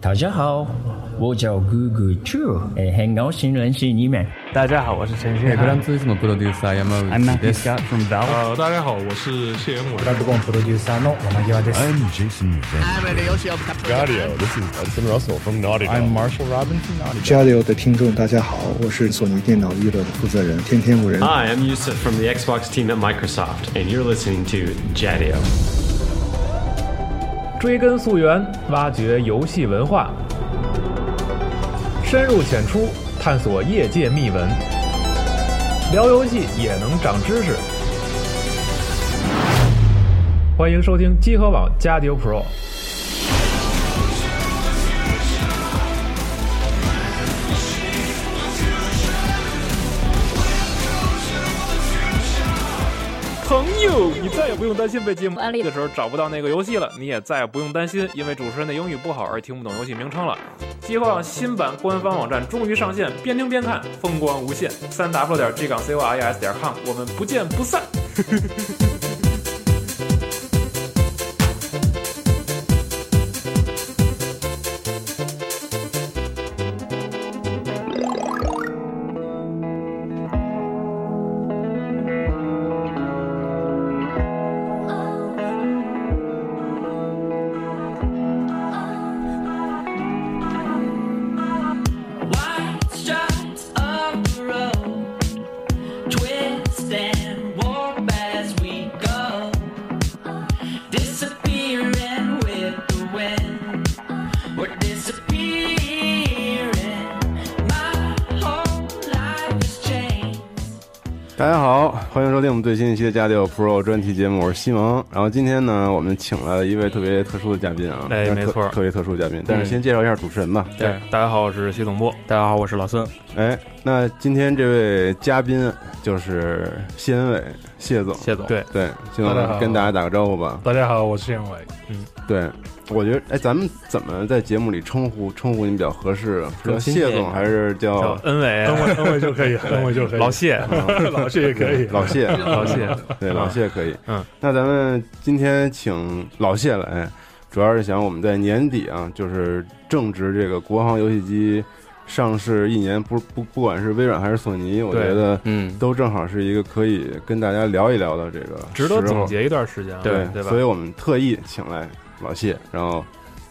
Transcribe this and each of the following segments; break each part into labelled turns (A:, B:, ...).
A: 大家好，我叫 Google Chu，哎，很高兴认识你们。
B: 大家好，我是陈
C: え
B: 勋
C: ー、フラ
B: 翰
C: ンツーリスモプロデューサー山
D: 哎
B: ，I'm
C: 内
B: Matt
C: です
B: Scott from Valve。
E: 呃，大家好，我是谢元伟。
F: ドボンプロデューサーの山際です。
D: I'm Jason Rivera.
G: I'm Marshall Robinson.
H: 交流的听众，大家好，我是索尼电脑娱乐的负责人天天五人。
I: Hi, I'm Yusuf from the Xbox team at Microsoft, and you're listening to Jadio.
J: 追根溯源，挖掘游戏文化，深入浅出探索业界秘闻，聊游戏也能长知识。欢迎收听集合网加丢 Pro。朋友，你再也不用担心被节目安利的时候找不到那个游戏了，你也再也不用担心因为主持人的英语不好而听不懂游戏名称了。集合网新版官方网站终于上线，边听边看，风光无限。三 w 点 g 港 c o r e s 点 com，我们不见不散。
D: 大家好，欢迎收听我们最新一期的《家里有 Pro》专题节目，我是西蒙。然后今天呢，我们请来了一位特别特殊的嘉宾啊，
B: 哎
D: 特
B: 没错
D: 特别特殊的嘉宾。但是
B: 嗯
D: 先介绍一下主持人吧。
B: 对，大家好，我是徐总部。大家好，我是老孙。
D: 哎，那今天这位嘉宾就是谢恩伟，谢总。
B: 谢总，
E: 对
D: 对，谢总
E: 大家好
D: 跟大家打个招呼吧。
E: 大家好，我是谢元伟。
D: 对，我觉得，哎，咱们怎么在节目里称呼称呼你比较合适啊？
B: 更
D: 叫
B: 亲切
D: 谢
B: 一点
D: 总还是
B: 叫
E: 哦
D: 叫
B: 哦恩伟，啊
E: 等会等会就可以，等会就可以。
B: 老谢，
E: 老谢也可以。
D: 老谢？
B: 老谢，
D: 对，
B: 嗯
D: 老谢可以。
B: 嗯，
D: 那咱们今天请老谢来，主要是想我们在年底啊，就是正值这个国行游戏机上市一年，不不不管是微软还是索尼，我
B: 对
D: 觉得
C: 嗯，
D: 都正好是一个可以跟大家聊一聊的这个
B: 值得
D: 时
B: 总
D: 候。
B: 结一段时间啊，
D: 对
B: 对吧
D: 所以？我们特意请来老谢，然后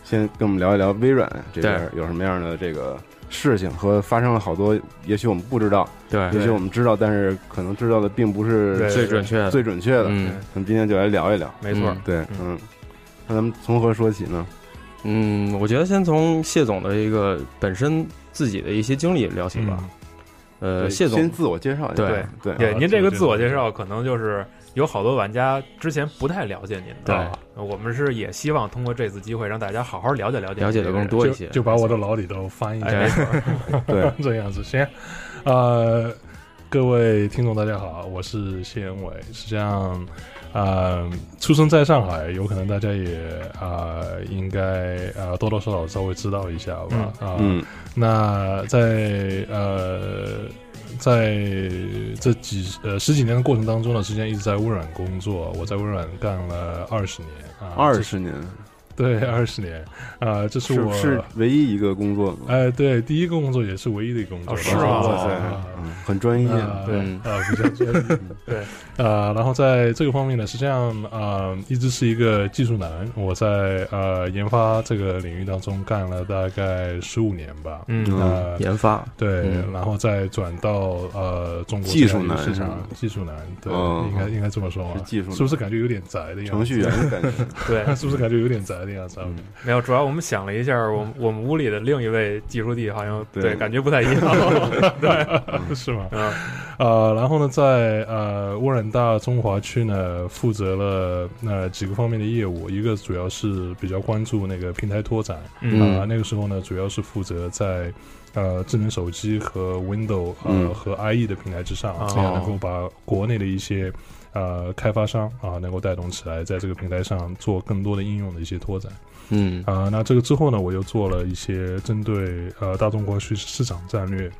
D: 先跟我们聊一聊微软这边有什么样的这个事情和发生了好多，也许我们不知道，
B: 哎
C: 对，
D: 也许我们知道，但是可能知道的并不是
E: 对
C: 最准确的，
D: 最准确的。
C: 嗯
D: 那么今天就来聊一聊，
B: 没错
C: 嗯，
D: 对，嗯，那咱们从何说起呢？
C: 嗯，我觉得先从谢总的一个本身自己的一些经历聊起吧。呃，
D: 嗯对
C: 谢总
D: 先自我介绍一下，
C: 对
D: 对
B: 对，您这个自我
E: 对
B: 介绍可能就是有好多玩家之前不太了解您的，
C: 对
B: 啊我们是也希望通过这次机会让大家好好了解了解
C: 了解
B: 你这
C: 的
B: 个
C: 更
B: 人。
C: 多一
E: 就
C: 些。
E: 就把我的老李都翻译一
B: 哎，没
E: 下，
B: 错，
D: 对，
E: 这样子。行，呃，各位听众大家好，我是谢元伟。是这样，呃，出生在上海，有可能大家也啊、呃应该啊、呃多多少少稍微知道一下吧。啊、
D: 嗯，
E: 那在呃，在这几呃十几年的过程当中呢，之前一直在微软工作，我在微软干了二十年啊，
D: 二
E: 这
D: 十年
E: 对二十年啊，这是
D: 是
E: 我
D: 是唯一一个工作吗？
E: 哎对第一个工作也是唯一的一个工作，
B: 哦是
E: 啊
B: 吗
D: 哇塞
E: 啊，
D: 嗯很专业，
E: 啊
B: 对
C: 嗯
E: 啊，比较专业
B: 对，
E: 呃，然后在这个方面呢，实际上啊、呃，一直是一个技术男，我在呃研发这个领域当中干了大概十五年吧，
B: 嗯，
D: 嗯
E: 呃，
C: 研发，
E: 对，
C: 嗯
E: 然后再转到呃中国
D: 技术
E: 这样一个
D: 男
E: 市
D: 是
E: 场
D: 吗，
E: 技术男，对，
D: 哦
E: 应该应该这么说吧
D: 是，技术男
E: 是不是感觉有点宅的样子？
D: 程序员嗯的感觉，
B: 对，
E: 是不是感觉有点宅的样子？啊？
B: 没有，主要我们想了一下，我们我们屋里的另一位技术弟好像
D: 对
B: 对感觉不太一样，
E: 是吗？
B: 嗯
E: 呃，然后呢，在呃微软大中华区呢，负责了呃几个方面的业务，一个主要是比较关注那个平台拓展，啊、
D: 嗯
E: 那个时候呢，主要是负责在呃智能手机和 Windows 呃、
D: 嗯啊
E: 和 IE 的平台之上，
B: 哦
E: 这样能够把国内的一些呃开发商啊、能够带动起来，在这个平台上做更多的应用的一些拓展。
C: 嗯
E: 啊、那这个之后呢，我又做了一些针对呃大中国区市场战略。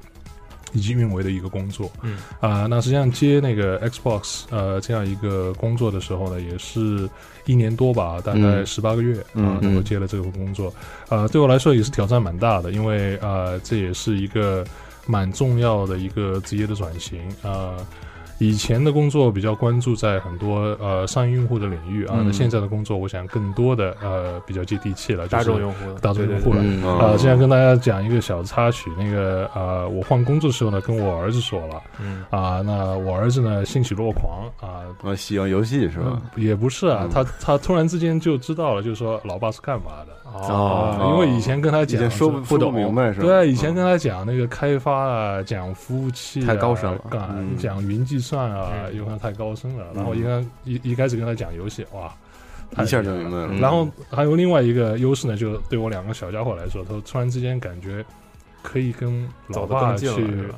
E: 以及运维的一个工作。
J: 嗯
E: 啊、那实际上接那个 Xbox 呃这样一个工作的时候呢，也是一年多吧，大概
D: 嗯
E: 十八个月
D: 嗯
E: 啊，能够
D: 嗯
E: 接了这个工作。啊，对我来说也是挑战蛮大的，因为啊，这也是一个蛮重要的一个职业的转型啊。以前的工作比较关注在很多呃商业用户的领域啊，那
D: 嗯
E: 现在的工作我想更多的呃比较接地气了，就
J: 大
E: 是
J: 众用户的，
E: 大众
J: 对
E: 用
J: 对
E: 户了。
D: 嗯
E: 啊，
D: 哦
E: 现在跟大家讲一个小插曲，那个呃，我换工作的时候呢，跟我儿子说了，
J: 嗯
E: 啊、那我儿子呢欣喜若狂啊、
D: 啊，喜欢游戏是吧？
E: 也不是啊，
D: 嗯
E: 他他突然之间就知道了，就是说老爸是干嘛的
J: 哦，
E: 啊、因为以前跟他
D: 以
E: 讲
D: 前说不
E: 是
D: 说不明白是吧？
E: 对，以前跟他讲那个开发啊，讲服务器、啊，
C: 太高深了
E: 干
D: 嗯
E: 讲云计算啊，
J: 嗯
E: 有可能太高深了。然后
D: 嗯
E: 一开一一开始跟他讲游戏，哇，太
D: 一下
E: 厉
D: 就
E: 害了
D: 明白了。
C: 嗯
E: 然后还有另外一个优势呢，就是对我两个小家伙来说，他突然之间感觉可以跟
J: 走
E: 老
J: 得
E: 爸
J: 更
E: 去
J: 近了，是吧？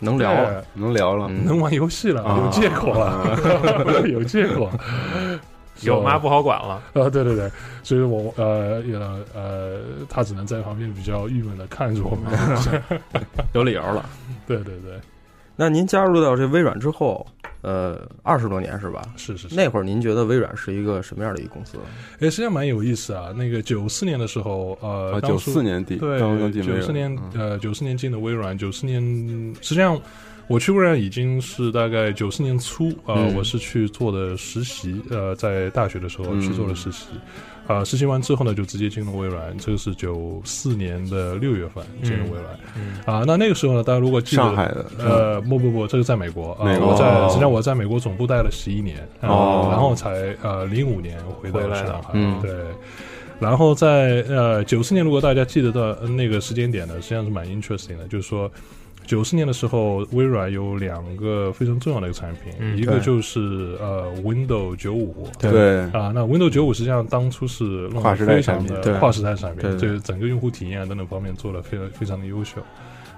C: 能聊了，
E: 对
D: 能聊了，
C: 嗯
E: 能玩游戏了，
D: 啊
E: 有借口了， 有借口。
J: 有妈
E: 吗？
J: 不好管了，
E: 啊，对对对，所以我呃也呃，他只能在旁边比较郁闷的看着我们。
C: 啊 有理由了。
E: 对对对，
C: 那您加入到这微软之后，呃，二十多年是吧？
E: 是是是。
C: 那会儿您觉得微软是一个什么样的一个公司？
E: 哎，实际上蛮有意思啊。那个九四年的时候，呃，
D: 啊，
E: 当
D: 九
E: 初
D: 四年底，刚刚
E: 对，
D: 进嗯
E: 九四年、呃，九四年进的微软，九四年实际上我去微软已经是大概九四年初啊、呃
C: 嗯
E: 我是去做的实习，呃，在大学的时候
D: 嗯
E: 去做的实习，啊、实习完之后呢，就直接进了微软，这个是九四年的六月份进了微软，
J: 嗯
E: 啊、那那个时候呢，大家如果记得
D: 上海的，嗯
E: 呃，不不不，这个在美国啊、
D: 美国
E: 我在
D: 哦
E: 实际上我在美国总部待了十一年，呃
D: 哦
E: 然后才呃零五年回到
J: 回来的
E: 上海，
C: 嗯
E: 对。然后在呃九四年，如果大家记得的那个时间点呢，实际上是蛮 interesting 的，就是说九四年的时候，微软有两个非常重要的一个产品，
J: 嗯
E: 一个
D: 对
E: 就是呃 Windows 九五，
D: 对，
E: 啊，那 Windows 九五实际上当初是弄得
D: 跨时代
E: 非常
D: 产品
E: 的
C: 对
E: 跨时代产品，
C: 对对
E: 就是整个用户体验啊等等方面做的非常非常的优秀。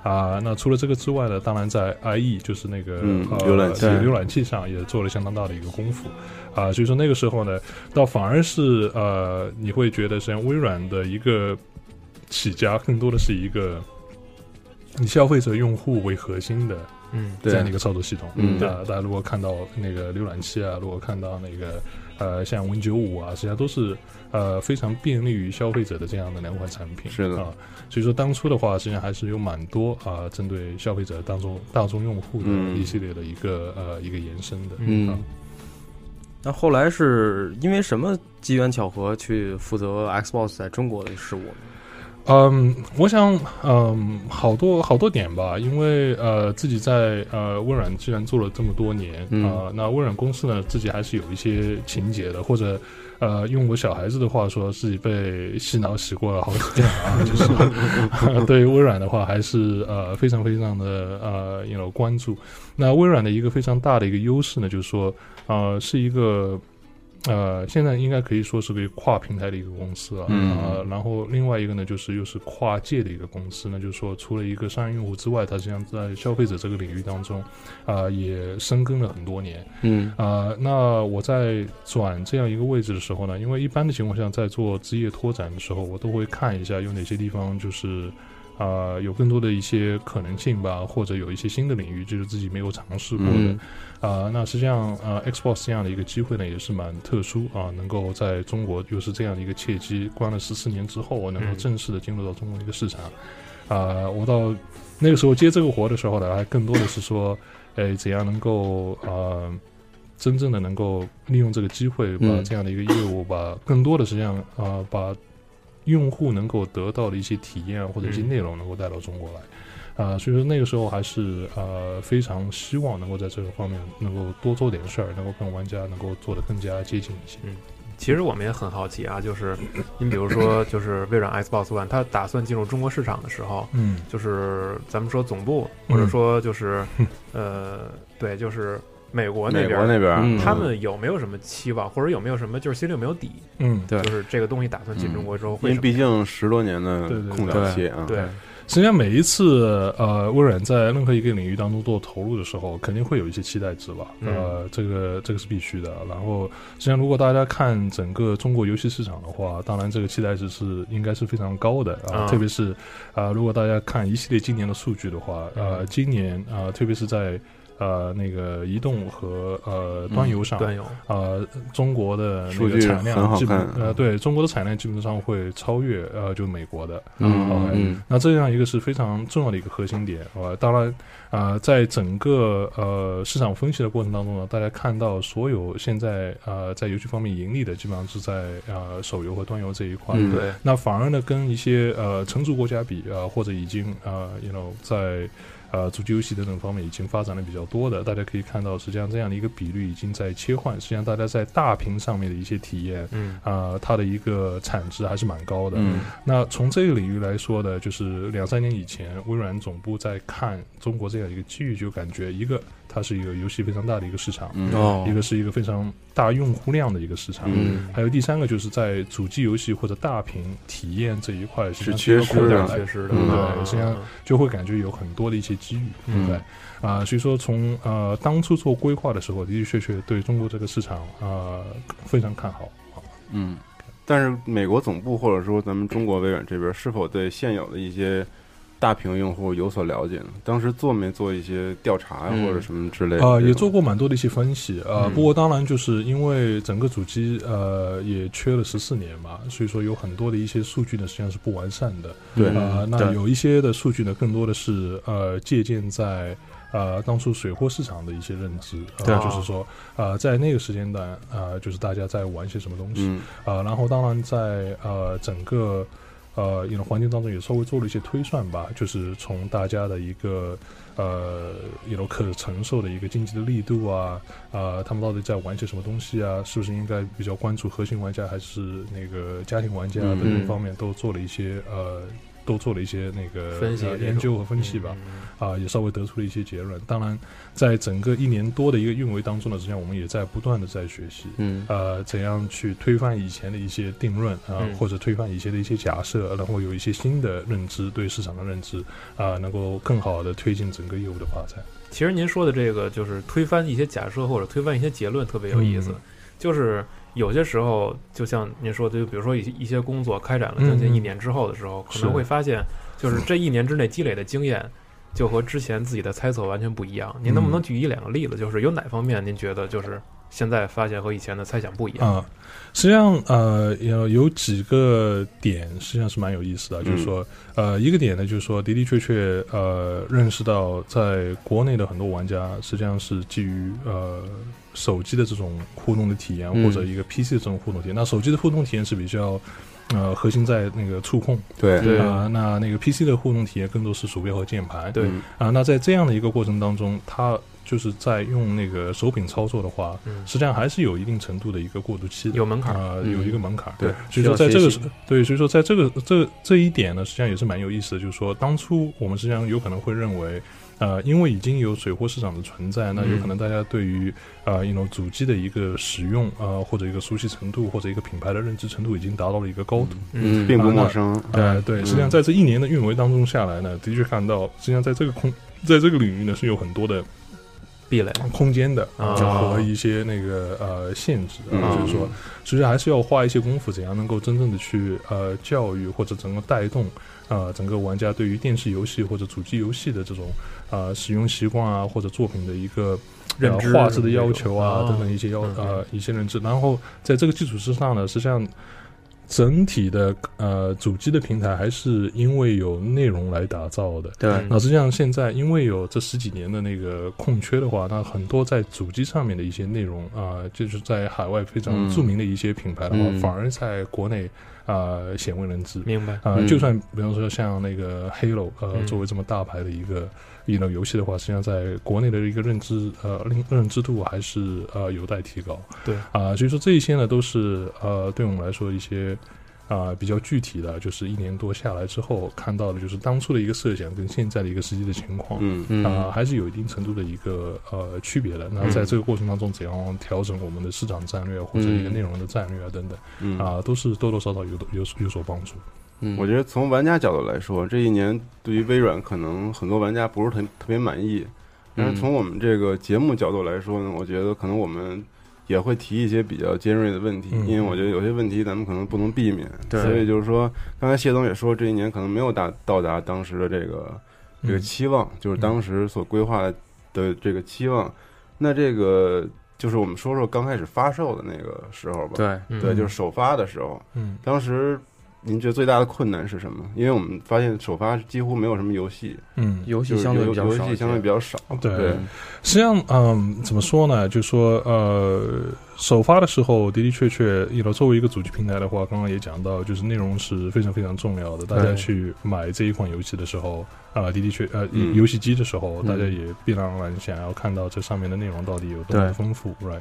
E: 啊，那除了这个之外呢，当然在 IE 就是那个、
D: 嗯
E: 呃
D: 浏览器
E: 浏览器上也做了相当大的一个功夫，啊，所以说那个时候呢，倒反而是呃，你会觉得实际上微软的一个起家更多的是一个以消费者用户为核心的
J: 嗯
E: 这
D: 对
E: 样的一个操作系统。
D: 嗯
E: 啊，大家如果看到那个浏览器啊，如果看到那个呃像 Win 九五啊，实际上都是呃非常便利于消费者的这样的两款产品。
D: 是的
E: 啊，所以说当初的话，实际上还是有蛮多啊、针对消费者当中大众用户的
D: 嗯
E: 一系列的一个、呃一个延伸的。啊
C: 嗯，那后来是因为什么机缘巧合去负责 Xbox 在中国的事务呢？
E: 嗯，我想，嗯，好多好多点吧，因为呃，自己在呃微软既然做了这么多年啊、
C: 嗯
E: 呃那微软公司呢，自己还是有一些情节的，或者呃，用我小孩子的话说，自己被洗脑洗过了好几遍啊，就是 对于微软的话，还是呃非常非常的呃，you know 关注。那微软的一个非常大的一个优势呢，就是说，呃，是一个呃，现在应该可以说是个跨平台的一个公司了。
D: 嗯
E: 呃，然后另外一个呢，就是又是跨界的一个公司呢，就是说，除了一个商业用户之外，它实际上在消费者这个领域当中，啊、也深耕了很多年。
C: 嗯
E: 啊，那我在转这样一个位置的时候呢，因为一般的情况下，在做职业拓展的时候，我都会看一下有哪些地方就是。啊、有更多的一些可能性吧，或者有一些新的领域，就是自己没有尝试过的。
C: 嗯
E: 啊、那实际上，呃，Xbox 这样的一个机会呢，也是蛮特殊啊、能够在中国又是这样的一个契机，关了十四年之后，我能够
J: 嗯
E: 正式的进入到中国的一个市场。啊、我到那个时候接这个活的时候呢，还更多的是说，哎，怎样能够呃，真正的能够利用这个机会，把
C: 嗯
E: 这样的一个业务，把更多的实际上啊、把用户能够得到的一些体验啊或者一些
J: 嗯
E: 内容能够带到中国来。啊、所以说那个时候还是呃非常希望能够在这个方面能够多做点事儿，能够跟玩家能够做的更加接近一些。
J: 其实我们也很好奇啊，就是你比如说，就是微软 Xbox One，它打算进入中国市场的时候，
E: 嗯
J: 就是咱们说总部，或者说就是、呃，对，就是美国那
D: 美
J: 边儿，
D: 国那边
C: 嗯
J: 他们有没有什么期望，或者有没有什么就是心里有没有底，
E: 嗯，
C: 对
J: 就是这个东西打算进中国之后
D: 嗯因
J: 会
D: 为
J: 什么
D: 毕
J: 样
D: 竟十多年的
E: 对对对
D: 空档期啊，
J: 对
E: 实际上每一次呃微软在任何一个领域当中做投入的时候，肯定会有一些期待值吧，
D: 嗯
E: 呃，这个这个是必须的。然后实际上如果大家看整个中国游戏市场的话，当然这个期待值是应该是非常高的啊，
J: 啊
E: 特别是啊、如果大家看一系列今年的数据的话，
D: 嗯
E: 呃，今年啊、特别是在呃那个移动和呃端游上，
J: 端游
E: 呃，中国的那
D: 嗯数
E: 个
D: 据
E: 产
D: 很
E: 量
D: 好
E: 基本
D: 看
E: 呃，对中国的产量基本上会超越呃，就美国的。
D: 嗯
E: OK，
D: 嗯
E: 那这样一个是非常重要的一个核心点。呃，当然，呃，在整个呃市场分析的过程当中呢，大家看到所有现在呃在游戏方面盈利的，基本上是在呃手游和端游这一块。
D: 嗯
J: 对，
E: 那反而呢，跟一些呃成熟国家比，呃，或者已经呃，you know，在呃主机游戏等等方面已经发展的比较多的，大家可以看到，实际上这样的一个比率已经在切换。实际上，大家在大屏上面的一些体验，
J: 嗯
E: 啊、它的一个产值还是蛮高的。
D: 嗯
E: 那从这个领域来说呢，就是两三年以前，微软总部在看中国这样一个机遇，就感觉一个它是一个游戏非常大的一个市场，
D: 嗯
C: 哦
E: 一个是一个非常大用户量的一个市场，
D: 嗯
E: 还有第三个就是在主机游戏或者大屏体验这一块实际上
D: 是缺
E: 一个扩
D: 失
E: 展
D: 的
E: 来
J: 确实的，
D: 嗯
E: 对，实际上就会感觉有很多的一些机遇，
J: 嗯
E: 对，啊、所以说从呃当初做规划的时候，的的确确对中国这个市场呃非常看好。
D: 嗯，但是美国总部或者说咱们中国微软这边是否对现有的一些大屏用户有所了解呢？当时做没做一些调查呀
C: 嗯
D: 或者什么之类的这种？
E: 呃，也做过蛮多的一些分析，呃，
J: 嗯
E: 不过当然就是因为整个主机呃也缺了十四年嘛，所以说有很多的一些数据呢实际上是不完善的，
D: 对
E: 呃，那
C: 嗯对
E: 有一些的数据呢更多的是呃借鉴在。呃，当初水货市场的一些认知，呃、
C: 对
E: 就是说，呃，在那个时间段，呃，就是大家在玩些什么东西，
D: 嗯
E: 呃，然后当然在呃整个呃影环境当中也稍微做了一些推算吧，就是从大家的一个呃也都可承受的一个经济的力度啊，呃，他们到底在玩些什么东西啊，是不是应该比较关注核心玩家还是那个家庭玩家啊
D: 嗯
E: 等等方面都做了一些呃。都做了一些那个
J: 分析
E: 呃
J: 这种嗯
E: 研究和分析吧，啊、也稍微得出了一些结论。当然，在整个一年多的一个运维当中呢，实际上我们也在不断的在学习，
C: 嗯
E: 呃，怎样去推翻以前的一些定论啊、
J: 嗯
E: 或者推翻以前的一些假设，然后有一些新的认知，对市场的认知啊、能够更好的推进整个业务的发展。
J: 其实您说的这个就是推翻一些假设或者推翻一些结论，特别有意思。
E: 嗯
J: 就是有些时候，就像您说的，就比如说一些一些工作开展了将近一年之后的时候，可
E: 是
J: 能会发现，就是这一年之内积累的经验，就和之前自己的猜测完全不一样。您能不能举一两个例子？就是有哪方面您觉得就是现在发现和以前的猜想不一样？
E: 啊、实际上呃有有几个点实际上是蛮有意思的，就是说呃一个点呢，就是说的的确确呃认识到在国内的很多玩家实际上是基于呃。手机的这种互动的体验，
C: 嗯
E: 或者一个 PC 的这种互动体验，那手机的互动体验是比较，呃，核心在那个触控，
D: 对
J: 对
E: 啊、那那个 PC 的互动体验更多是鼠标和键盘，
J: 对
D: 嗯
E: 啊、那在这样的一个过程当中，它就是在用那个手柄操作的话，
J: 嗯
E: 实际上还是有一定程度的一个过渡期的，
J: 有门槛儿
E: 啊、
C: 嗯
E: 有一个门槛儿，
D: 对
E: 所以说在
C: 需
E: 这
C: 要学
E: 个
C: 习
E: 时对，所以说在这个这这一点呢，实际上也是蛮有意思的，就是说当初我们实际上有可能会认为。呃，因为已经有水货市场的存在，那有可能大家对于、呃一种主机的一个使用呃或者一个熟悉程度或者一个品牌的认知程度已经达到了一个高度，
D: 嗯，并不陌生。嗯
E: 呃，对，实际上在这一年的运维当中下来呢，的确看到，实际上在这个空，在这个领域呢是有很多的
J: 壁垒，
E: 空间的
J: 啊
E: 和一些那个呃限制，
D: 嗯
E: 啊，就是说，其实还是要花一些功夫，怎样能够真正的去呃教育或者整个带动。呃，整个玩家对于电视游戏或者主机游戏的这种呃使用习惯啊，或者作品的一个呃
J: 认知
E: 画质的要求啊
J: 哦
E: 等等一些要
J: 嗯
E: 呃一些认知，然后在这个基础之上呢，实际上整体的呃主机的平台还是因为有内容来打造的。
C: 对
J: 嗯
E: 那实际上现在因为有这十几年的那个空缺的话，那很多在主机上面的一些内容啊、就是在海外非常
D: 嗯
E: 著名的一些品牌的话，
C: 嗯
E: 反而在国内啊、呃鲜为人知。
J: 明白？
E: 啊、
C: 嗯
E: 就算比方说像那个 Halo，呃，
J: 嗯
E: 作为这么大牌的一个一种游戏的话，实际上在国内的一个认知，呃，认认知度还是呃有待提高。
J: 对
E: 啊、所以说这一些呢，都是呃对我们来说一些啊、比较具体的，就是一年多下来之后看到的，就是当初的一个设想跟现在的一个实际的情况。
D: 嗯
C: 嗯
E: 啊、还是有一定程度的一个呃区别的。那在这个过程当中，怎样调整我们的市场战略或者一个
C: 嗯
E: 内容的战略啊等等
D: 嗯
E: 啊、都是多多少少有有有所帮助。
C: 嗯
D: 我觉得从玩家角度来说，这一年对于微软可能很多玩家不是特特别满意，但是从我们这个节目角度来说呢，我觉得可能我们也会提一些比较尖锐的问题，
E: 嗯
D: 因为我觉得有些问题咱们可能不能避免，
C: 对
D: 所以就是说，刚才谢总也说，这一年可能没有达到达当时的这个这个
E: 嗯
D: 期望，就是当时所规划的这个期望。那这个就是我们说说刚开始发售的那个时候吧，
B: 嗯
C: 对，
J: 嗯
D: 对，就是首发的时候，
E: 嗯
D: 当时您觉得最大的困难是什么？因为我们发现首发几乎没有什么游戏，
E: 嗯，
C: 游戏
D: 就是
C: 相对比较
D: 游
C: 少一些，
D: 戏相对比较少，
C: 哦
E: 对
D: 对
E: 实际上，嗯，怎么说呢？就说呃，首发的时候的的确确，一楼作为一个主机平台的话，刚刚也讲到，就是内容是非常非常重要的。大家
C: 对
E: 去买这一款游戏的时候，啊、的的确，呃，
D: 嗯
E: 游戏机的时候，
C: 嗯
E: 大家也必然而然想要看到这上面的内容到底有多
C: 对
E: 么丰富，right？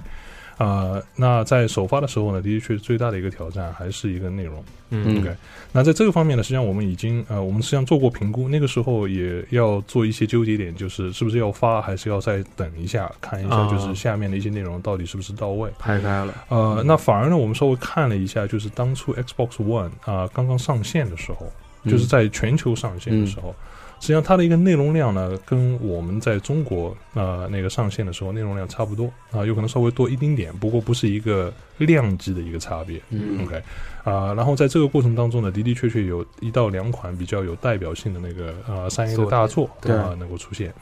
E: 啊、那在首发的时候呢，的的确最大的一个挑战还是一个内容。
B: 嗯
E: OK，那在这个方面呢，实际上我们已经呃，我们实际上做过评估，那个时候也要做一些纠结点，就是是不是要发，还是要再等一下，看一下
B: 啊
E: 就是下面的一些内容到底是不是到位。
C: 拍开了，
E: 呃，那反而呢，我们稍微看了一下，就是当初 Xbox One 啊、刚刚上线的时候，就是在全球上线的时候，实际上它的一个内容量呢，跟我们在中国呃那个上线的时候内容量差不多啊、有可能稍微多一丁点，不过不是一个量级的一个差别。
C: 嗯
E: OK，啊、然后在这个过程当中呢，的的确确有一到两款比较有代表性的那个呃三 A 的大作
C: 对
E: 啊、能够出现，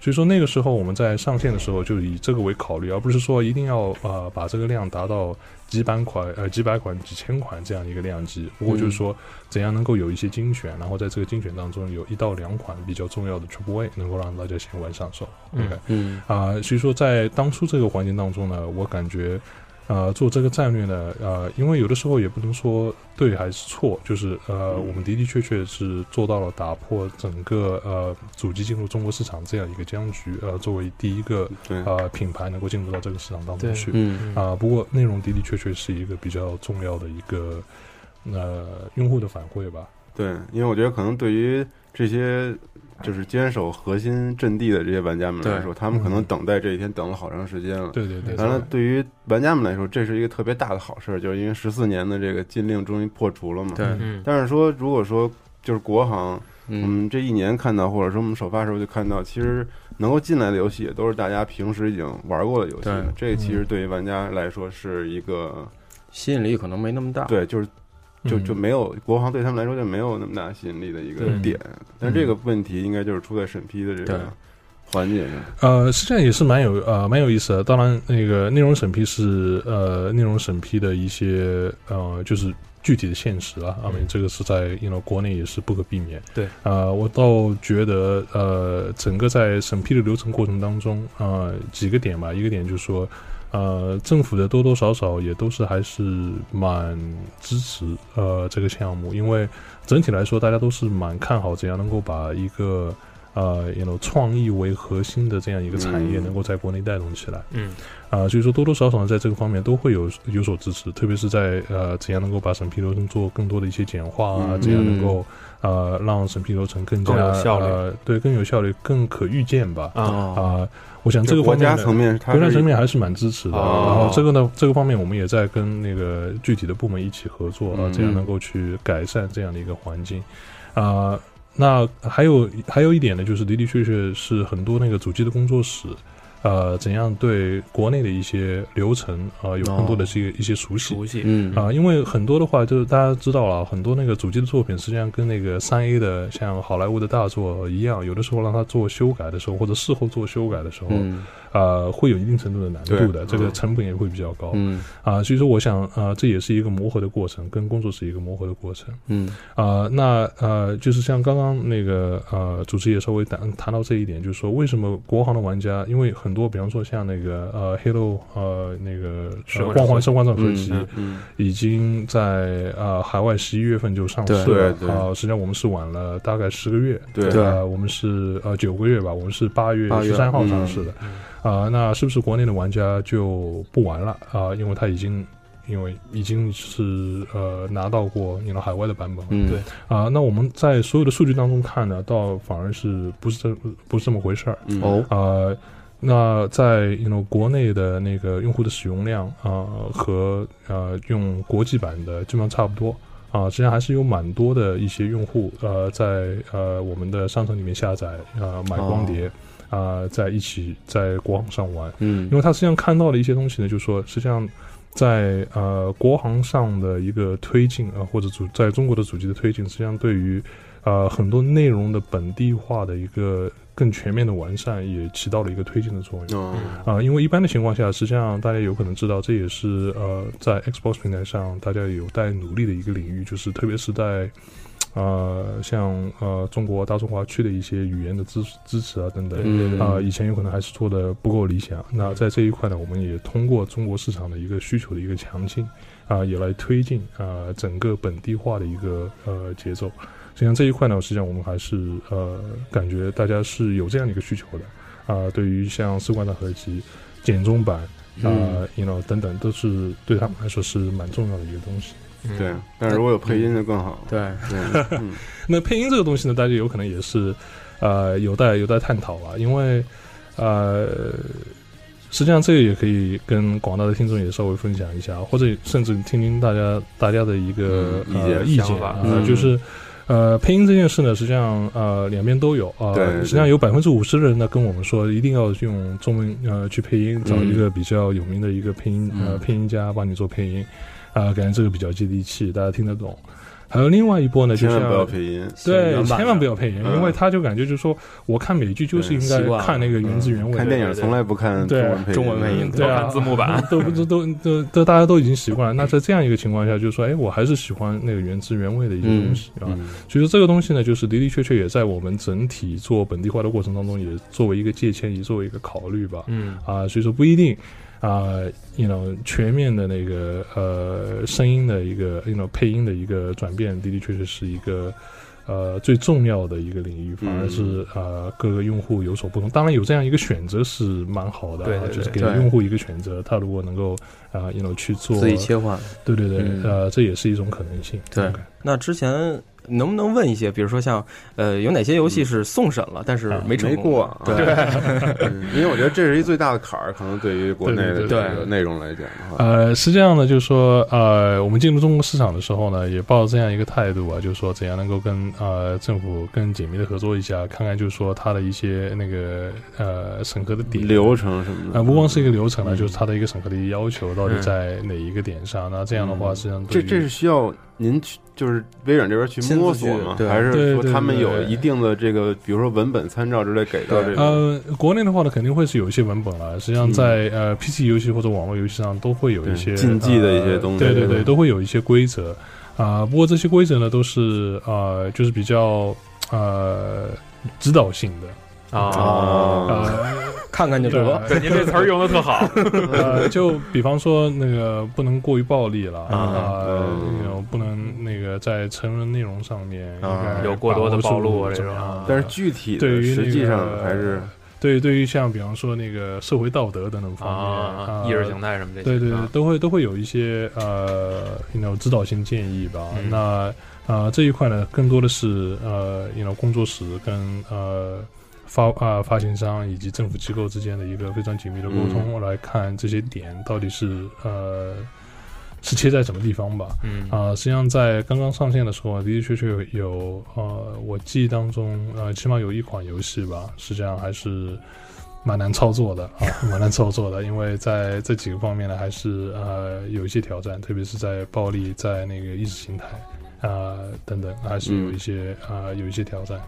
E: 所以说那个时候我们在上线的时候就以这个为考虑，而不是说一定要呃把这个量达到几百款呃几百款几千款这样的一个量级，不过就是说怎样能够有一些精选，然后在这个精选当中有一到两款比较重要的 Triple A 能够让大家先玩上手。
B: 嗯
E: OK，
C: 嗯
E: 啊、所以说在当初这个环境当中呢，我感觉，呃，做这个战略呢，呃，因为有的时候也不能说对还是错，就是呃，
B: 嗯
E: 我们的的确确是做到了打破整个呃主机进入中国市场这样一个僵局，呃，作为第一个
D: 对
E: 呃品牌能够进入到这个市场当中
B: 嗯对
E: 去，
C: 嗯
E: 啊、不过内容的的确确是一个比较重要的一个呃用户的反馈吧，
D: 对，因为我觉得可能对于这些就是坚守核心阵地的这些玩家们来说，他们可能等待这一天等了好长时间了。
E: 对对对，
D: 当然，对于玩家们来说，这是一个特别大的好事儿，就是因为十四年的这个禁令终于破除了嘛。
C: 对
B: 嗯
D: 但是说，如果说就是国行，我
C: 嗯
D: 们这一年看到，或者说我们首发时候就看到，其实能够进来的游戏也都是大家平时已经玩过的游戏
C: 对。
D: 这其实对于玩家来说是一个，
C: 吸引力可能没那么大，
D: 对，就是就
E: 嗯
D: 就没有国行对他们来说就没有那么大吸引力的一个
E: 对
D: 点。但这个问题应该就是出在审批的这
C: 嗯对
D: 个环节上。
E: 呃，实际上也是蛮有呃蛮有意思的。当然，那个内容审批是呃内容审批的一些呃就是具体的现实啊，啊、这个是在 you know 国内也是不可避免。
B: 对，
E: 呃，我倒觉得呃整个在审批的流程过程当中，呃几个点吧，一个点就是说。呃，政府的多多少少也都是还是蛮支持呃这个项目，因为整体来说大家都是蛮看好怎样能够把一个呃，you know 创意为核心的这样一个产业
D: 嗯
E: 能够在国内带动起来。
B: 嗯
E: 啊、所以说多多少少呢，在这个方面都会有有所支持，特别是在呃怎样能够把审批流程做更多的一些简化啊，
D: 嗯
E: 怎样能够呃让审批流程更加
B: 更有效率
E: 呃，对，更有效率，更可预见吧。啊、
B: 啊
E: 我想这个
D: 就国
E: 方面
D: 家
E: 呢
D: 层面，它
E: 国家
D: 是
E: 层面还是蛮支持的。
B: 哦
E: 然后这个呢，这个方面我们也在跟那个具体的部门一起合作啊
D: 嗯，
E: 这样能够去改善这样的一个环境啊。那还有还有一点呢，就是的的确确是很多那个主机的工作室，呃，怎样对国内的一些流程啊、呃有更多的这个一些熟悉
B: 熟悉，
C: 嗯
E: 啊、因为很多的话就是大家知道了，很多那个主机的作品实际上跟那个三 A 的像好莱坞的大作一样，有的时候让它做修改的时候，或者事后做修改的时候，
C: 嗯
E: 呃，会有一定程度的难度
D: 对
E: 的，这个成本也会比较高啊、
C: 嗯
E: 所以说，我想，呃，这也是一个磨合的过程，跟工作室一个磨合的过程。
C: 嗯
E: 啊，那呃，就是像刚刚那个呃，主持也稍微谈谈到这一点，就是说为什么国行的玩家，因为很多，比方说像那个呃，Halo 呃，那个
B: 是
E: 呃光环生化战合集，
C: 嗯
D: 嗯
E: 已经在呃海外十一月份就上市
C: 对
E: 了，
D: 对对
E: 啊、实际上我们是晚了大概十个月，
D: 对
C: 对
E: 呃，我们是呃九个月吧，我们是八月
C: 8月
E: 十三号
D: 嗯
E: 上市的，啊、那是不是国内的玩家就不玩了啊、因为他已经因为已经是呃拿到过你的海外的版本了，
C: 嗯
B: 对
E: 啊、那我们在所有的数据当中看呢，倒反而是不是这不是这么回事儿，
D: 嗯
C: 哦
E: 呃，那在 you know 国内的那个用户的使用量啊、呃、和呃用国际版的基本上差不多啊、啊、实际上还是有蛮多的一些用户呃在呃我们的商城里面下载啊、呃买光碟啊、呃在一起在国行上玩，
C: 嗯
E: 因为他实际上看到了一些东西呢，就是说实际上在呃国行上的一个推进啊、呃或者主在中国的主机的推进，实际上对于呃很多内容的本地化的一个更全面的完善，也起到了一个推进的作用。
D: 哦，
C: 嗯
E: 啊、因为一般的情况下，实际上大家有可能知道，这也是呃，在 Xbox 平台上大家有待努力的一个领域，就是特别是在呃，像呃中国大中华区的一些语言的支支持啊等等，
C: 嗯
E: 啊、以前有可能还是做的不够理想。那在这一块呢，我们也通过中国市场的一个需求的一个强劲，啊、也来推进啊、整个本地化的一个呃节奏。实际上这一块呢，实际上我们还是呃感觉大家是有这样的一个需求的啊、对于像《四冠的合集》、简中版啊、
D: 嗯
E: y o u know 等等，都是对他们来说是蛮重要的一个东西。
B: 嗯
D: 对，但是如果有配音就更好。
C: 对，
D: 对，嗯
E: 那配音这个东西呢，大家有可能也是，呃，有待有待探讨吧，因为，呃，实际上这个也可以跟广大的听众也稍微分享一下，或者甚至听听大家大家的一个、
D: 嗯
E: 呃、
D: 意
E: 意
D: 见
E: 见
B: 想法
E: 啊、
D: 嗯
E: 就是。呃，配音这件事呢，实际上呃两边都有啊、呃
D: 对对
E: 实际上有百分之五十的人呢跟我们说，一定要用中文呃去配音，
D: 嗯
E: 找一个比较有名的一个配音、呃配音家帮你做配音，啊、感觉这个比较接地气，大家听得懂。还有另外一波呢，就
D: 千
E: 像
D: 万不要配音。
E: 对，
C: 原版
E: 千万不要配音，
D: 嗯
E: 因为他就感觉就是说，我看美剧就是应
C: 对习惯
E: 该
C: 了嗯
E: 看那个原汁原味的，
D: 看电影从来不看中文配音，
C: 中文配音
E: 对啊
B: 看字幕版，
E: 都都都都都大家都已经习惯了。那在这样一个情况下，就是说，哎，我还是喜欢那个原汁原味的一些东西啊。
C: 嗯
E: 所以说这个东西呢，就是的的确确也在我们整体做本地化的过程当中，也作为一个借鉴，也作为一个考虑吧。
B: 嗯，
E: 啊，所以说不一定啊，you know，全面的那个呃声音的一个 you know 配音的一个转变，的的确确是一个呃最重要的一个领域，反而是
C: 嗯
E: 呃各个用户有所不同。当然有这样一个选择是蛮好的啊，
B: 对对对
E: 就是给
C: 对
E: 用户一个选择，他如果能够啊 you know 去做，
C: 自己切换。
E: 对对对，
C: 嗯
E: 呃，这也是一种可能性。
C: 对
E: OK
C: 那之前能不能问一些，比如说像呃，有哪些游戏是送审了，但是没成
D: 没
C: 功
D: 过啊
C: 对，
D: 嗯因为我觉得这是一最大的坎儿，可能对于国内的
E: 对对
D: 这
C: 对
D: 个内容来讲的话，
E: 呃，是这样的，就是说，呃，我们进入中国市场的时候呢，也抱着这样一个态度啊，就是说，怎样能够跟呃政府更紧密的合作一下，看看就是说它的一些那个呃审核的点。
D: 流程什么
E: 啊、
D: 的，
E: 不光是一个流程了，
C: 嗯
E: 就是它的一个审核的一个要求到底在哪一个点上？那这样的话，
D: 嗯
E: 实际上对
D: 这
E: 于
D: 这是需要您去，就是微软这边去
C: 亲自
D: 摸索吗？
C: 去对
D: 还是
E: 对
D: 说
E: 对
D: 他们
E: 对
D: 有
E: 对
D: 一定的这个，比如说文本参照之类给到这个？
E: 呃，国内的话呢，肯定会是有一些文本了。实
B: 嗯
E: 际上在，呃 PC 游戏或者网络游戏上都会有
D: 对
E: 一些
D: 禁忌的一些
E: 呃
D: 东西
E: 对对
D: 对
B: 嗯
E: 对，都会有一些规则啊、不过这些规则呢，都是呃，就是比较呃指导性的。
B: 嗯
D: 啊，
E: 呃
C: 看看就得了。
B: 对，您这词儿用的特好，
E: 呃，就比方说那个不能过于暴力了啊，
D: 嗯
E: 然后不能那个在成人内容上面应
D: 啊
E: 该
B: 有过多的
E: 把握
B: 暴露
E: 住
B: 啊这
E: 怎么
B: 种
E: 样
D: 但是具体的
E: 对于那
D: 实际上
E: 个
D: 还是
E: 对，对于像比方说那个社会道德等等方面
B: 啊，
E: 啊，
B: 意识形态什么这些，
E: 对对对
B: 啊，
E: 都会都会有一些呃，you know 指导性建议吧。
B: 嗯
E: 那呃这一块呢，更多的是呃，you know 工作室跟呃发啊、发行商以及政府机构之间的一个非常紧密的沟通，
B: 嗯
E: 来看这些点到底是呃是切在什么地方吧。
B: 嗯
E: 啊、实际上在刚刚上线的时候，啊的的确确有呃，我记忆当中呃，起码有一款游戏吧，实际上还是蛮难操作的啊， 蛮难操作的，因为在这几个方面呢，还是呃有一些挑战，特别是在暴力、在那个意识形态啊、呃等等，还是有一些啊、呃有一些挑战。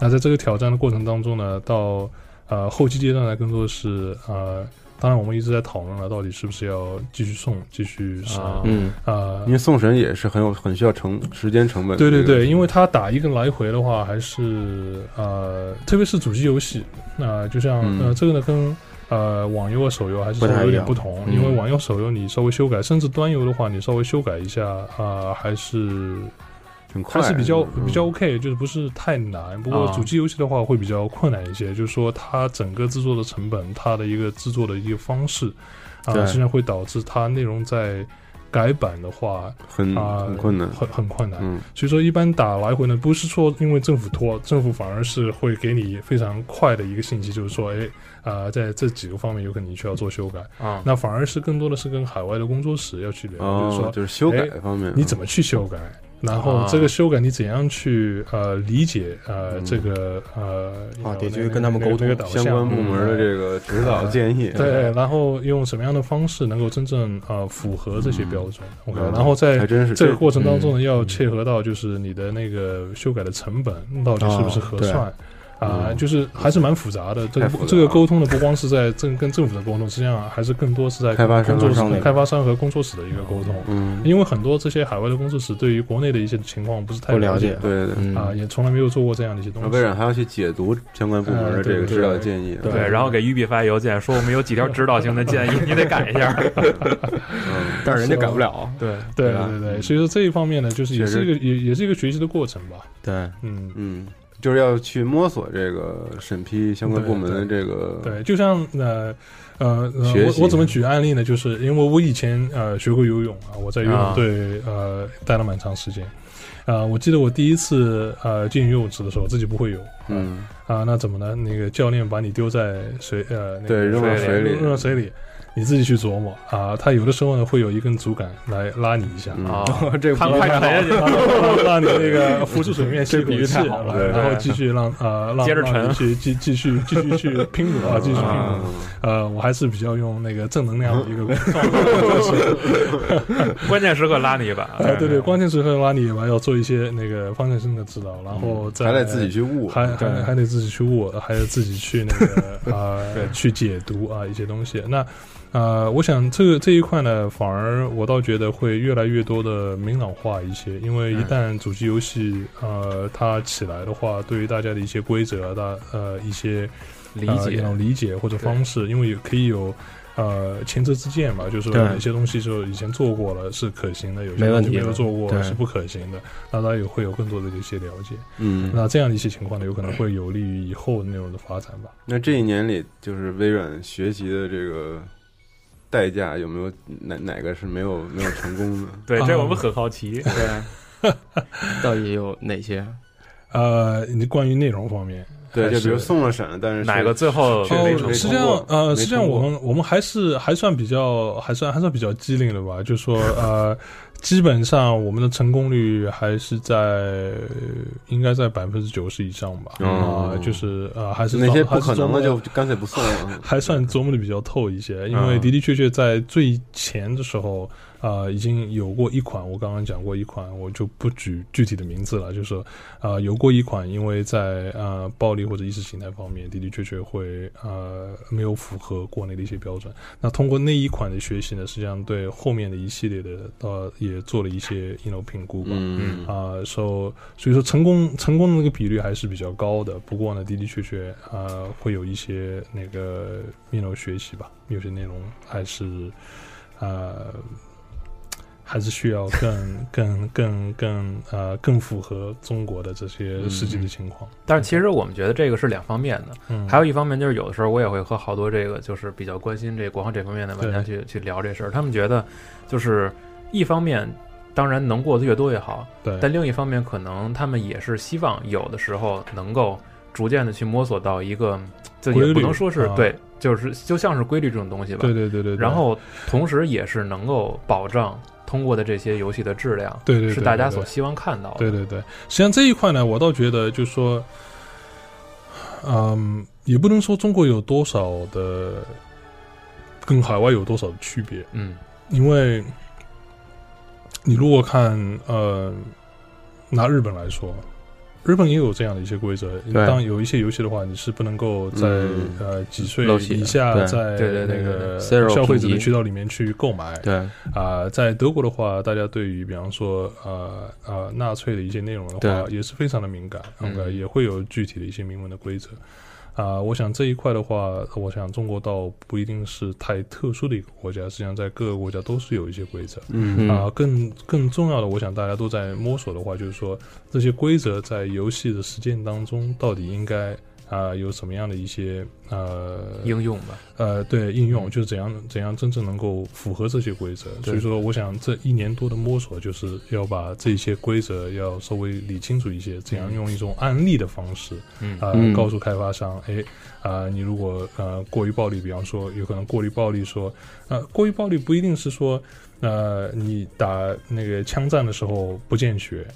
E: 那在这个挑战的过程当中呢，到呃后期阶段呢，更多的是呃。当然，我们一直在讨论了，到底是不是要继续送、继续审
B: 啊
C: 嗯，
E: 呃
D: 因为送审也是很有很需要成时间成本的
E: 对
D: 一个。
E: 对对，因为他打一个来回的话，还是呃，特别是主机游戏，那、就像、
D: 嗯
E: 呃这个呢跟呃网游和手游还是
C: 不
E: 稍
C: 太
E: 微有
C: 一
E: 点
C: 样
E: 不同，
C: 嗯
E: 因为网游、手游你稍微修改，甚至端游的话你稍微修改一下啊、还是
D: 很快
E: 还是比较
D: 嗯
E: 比较 OK，就是不是太难。不过
B: 啊
E: 主机游戏的话会比较困难一些，就是说它整个制作的成本，它的一个制作的一个方式啊、
C: 对
E: 实际上会导致它内容在改版的话
D: 很
E: 啊、
D: 嗯很困难。
E: 很很困难。
D: 嗯，
E: 所以说一般打来回呢，不是说因为政府拖，政府反而是会给你非常快的一个信息，就是说，哎，啊、在这几个方面有可能你需要做修改，
B: 啊，
E: 那反而是更多的是跟海外的工作室要去聊，就是
D: 哦，
E: 说
D: 就是修改
E: 哎
D: 方面，啊
E: 你怎么去修改。然后这个修改你怎样去呃理解呃这个
D: 嗯
E: 呃
C: 啊得去跟他们沟通
E: 这个导
D: 相
E: 向嗯
D: 关部门的这个指导建议，嗯
E: 对，然后用什么样的方式能够真正呃符合这些标准、o k
D: 嗯
E: 然后在
D: 还真 是
E: 这个
D: 这
E: 过程当
D: 嗯
E: 中呢，要切合到就是你的那个修改的成本到底是不是合算。啊、
D: 哦嗯
E: 就是还是蛮复杂的。这个
D: 太复杂了
E: 这个沟通呢，不光是在政跟政府的沟通，实际上还是更多是在
D: 开发商
E: 工作室
C: 上的
E: 开发商和工作室的一个沟通。
D: 嗯，
E: 因为很多这些海外的工作室对于国内的一些情况不是太
C: 不了
E: 解
C: 解
E: 的
D: 对对对。
C: 嗯
E: 啊、也从来没有做过这样的一些东
D: 然后
E: 西。
D: 微软还要去解读相关部门
E: 嗯
D: 的这个指导建议，
B: 对，然后给于比发邮件说我们有几条指导性的建议，你得改一下。
D: 嗯，
C: 但是人家改不了。
B: 啊
E: 对对
D: 对吧嗯
E: 对对，所以说这一方面呢，就是也
D: 确实
E: 是一个也也是一个学习的过程吧。
C: 对，
E: 嗯，
D: 嗯，就是要去摸索这个审批相关部门的这个，
E: 对，就像呃呃，呃
D: 嗯学习
E: 我我怎么举案例呢？就是因为我以前呃学过游泳啊，我在游
B: 啊
E: 泳队、呃待了蛮长时间。啊，我记得我第一次呃进游泳池的时候，我自己不会游
D: 嗯，
E: 啊、那怎么呢？那个教练把你丢在水呃，那个、
D: 对，扔到水里，
E: 扔到水里，你自己去琢磨啊、他有的时候呢会有一根竹竿来拉你一下，
D: 嗯
B: 啊，
C: 这个
B: 他快沉下去
E: 然
B: 了，
E: 后让你那个浮出水面吸口气，
B: 对
E: 然后继续让呃让
B: 接着
E: 让
B: 沉
E: 你去继继续继续去拼搏 啊，继续拼
D: 啊
E: 搏。呃，我还是比较用那个正能量的 一个工作，
B: 关键时刻拉你一把。 啊
E: 哎，对对，关键时刻拉你还要做一些那个方向性的指导，然后再
D: 嗯还得自己去悟，
E: 还还还得自己去握，还得自己去那 个啊、去解读啊一些东西。那呃，我想这个这一块呢，反而我倒觉得会越来越多的明朗化一些，因为一
C: 嗯
E: 旦主机游戏呃它起来的话，对于大家的一些规则啊，大呃一些
B: 理
E: 呃一
B: 解，
E: 种理解或者方式，因为也可以有。呃，前车之鉴嘛，就是说
C: 对
E: 有些东西就是以前做过了是可行的，有些
C: 没
E: 东
C: 问题
E: 西没有
C: 的
E: 做过
C: 对
E: 是不可行的，那大家也会有更多的一些了解。
D: 嗯，
E: 那这样的一些情况呢，有可能会有利于以后内容的发展吧。
D: 那这一年里，就是微软学习的这个代价有没有哪哪个是没有没有成功的？
B: 对，这我们很好奇。对，
C: 到底有哪些？
E: 呃，你关于内容方面，
D: 对，
E: 还
D: 就是比如送了闪，但是
B: 哪个最后
D: 确实没
B: 没成
D: 成功
E: 哦实际上，呃，
D: 没
E: 实际上
D: 通
E: 我
D: 过
E: 们我们还是还算比较，还算还算比较机灵的吧。就说呃， 基本上我们的成功率还是在应该在百分之九十以上吧。啊、
D: 哦
E: 就是呃，还是
D: 那些
E: 琢磨
D: 不可能
E: 还是
D: 的
E: 琢
D: 就
E: 磨。
D: 就干脆不送 了
E: 还算琢磨的比较透一些，因为
B: 嗯
E: 的的确确在最前的时候，呃，已经有过一款，我刚刚讲过一款，我就不举具体的名字了，就是呃，有过一款，因为在呃暴力或者意识形态方面，的的确确会呃没有符合国内的一些标准。那通过那一款的学习呢，实际上对后面的一系列的呃也做了一些 you know 评估吧。
D: 嗯，
E: 啊，所、所以说成功成功的那个比率还是比较高的。不过呢，的的确确啊，会有一些那个内容学习吧，有些内容还是呃还是需要更更更更呃更符合中国的这
B: 嗯
E: 些实际的情况。
B: 但是其实我们觉得这个是两方面的，
E: 嗯，
B: 还有一方面就是有的时候我也会和好多这个就是比较关心这国行这方面的玩家
E: 对
B: 去去聊这事儿，他们觉得就是一方面当然能过得越多越好，
E: 对
B: 但另一方面可能他们也是希望有的时候能够逐渐的去摸索到一个，就
E: 规
B: 也不
E: 律
B: 能说是
E: 啊
B: 对，就是就像是规律这种东西吧，
E: 对对对对对，
B: 然后同时也是能够保障通过的这些游戏的质量，
E: 对对对
B: 是大家
E: 对对
B: 所希望看到的。
E: 对对对，实际上这一块呢，我倒觉得就是说，嗯，也不能说中国有多少的跟海外有多少的区别，
B: 嗯
E: 因为你如果看呃，拿日本来说。日本也有这样的一些规则，
C: 对
E: 当有一些游戏的话，你是不能够在、
D: 嗯
E: 呃几岁
C: 露馅
E: 以下
C: 对
E: 在
B: 对对
E: 那
B: 对
E: 个
C: zero
E: 消费者
C: 评
E: 的
C: 级
E: 渠道里面去购买。
C: 对，
E: 啊、在德国的话，大家对于比方说呃呃纳粹的一些内容的话，
C: 对
E: 也是非常的敏感，
B: 嗯
E: OK，也会有具体的一些明文的规则。啊、我想这一块的话，我想中国倒不一定是太特殊的一个国家，实际上在各个国家都是有一些规则。
D: 嗯
E: 啊、更更重要的，我想大家都在摸索的话，就是说这些规则在游戏的实践当中到底应该啊、有什么样的一些呃
B: 应用吧。
E: 呃，对应用就是怎样怎样真正能够符合这些规则。所以说，我想这一年多的摸索，就是要把这些规则要稍微理清楚一些，怎样用一种案例的方式，
B: 嗯
E: 啊、
C: 嗯
E: 告诉开发商，哎，啊、你如果呃过于暴力，比方说有可能过于暴力说，呃，过于暴力不一定是说，呃，你打那个枪战的时候不见血，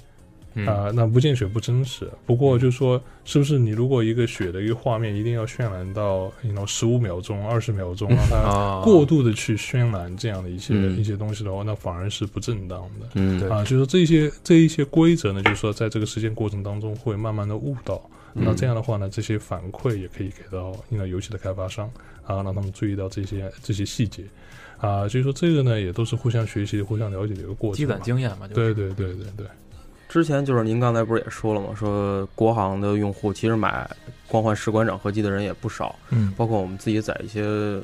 B: 嗯
E: 啊、那不见血不真实。不过就是说，是不是你如果一个血的一个画面一定要渲染到，你 know 十五秒钟、二十秒钟，让
B: 啊
E: 它呃过度的去渲染这样的一些、
C: 嗯
E: 一些东西的话，那反而是不正当的。
C: 嗯，
B: 对
E: 啊，就是说这些这一些规则呢，就是说在这个实践过程当中会慢慢的悟到。那这样的话呢，这些反馈也可以给到你的游戏的开发商啊，让他们注意到这些这些细节啊，所以说这个呢也都是互相学习、互相了解的一个过程嘛。
B: 积攒经验嘛，就是
E: 对对对对对，
C: 之前就是您刚才不是也说了吗？说国行的用户其实买《光环士官长》合集的人也不少，
E: 嗯
C: 包括我们自己在一些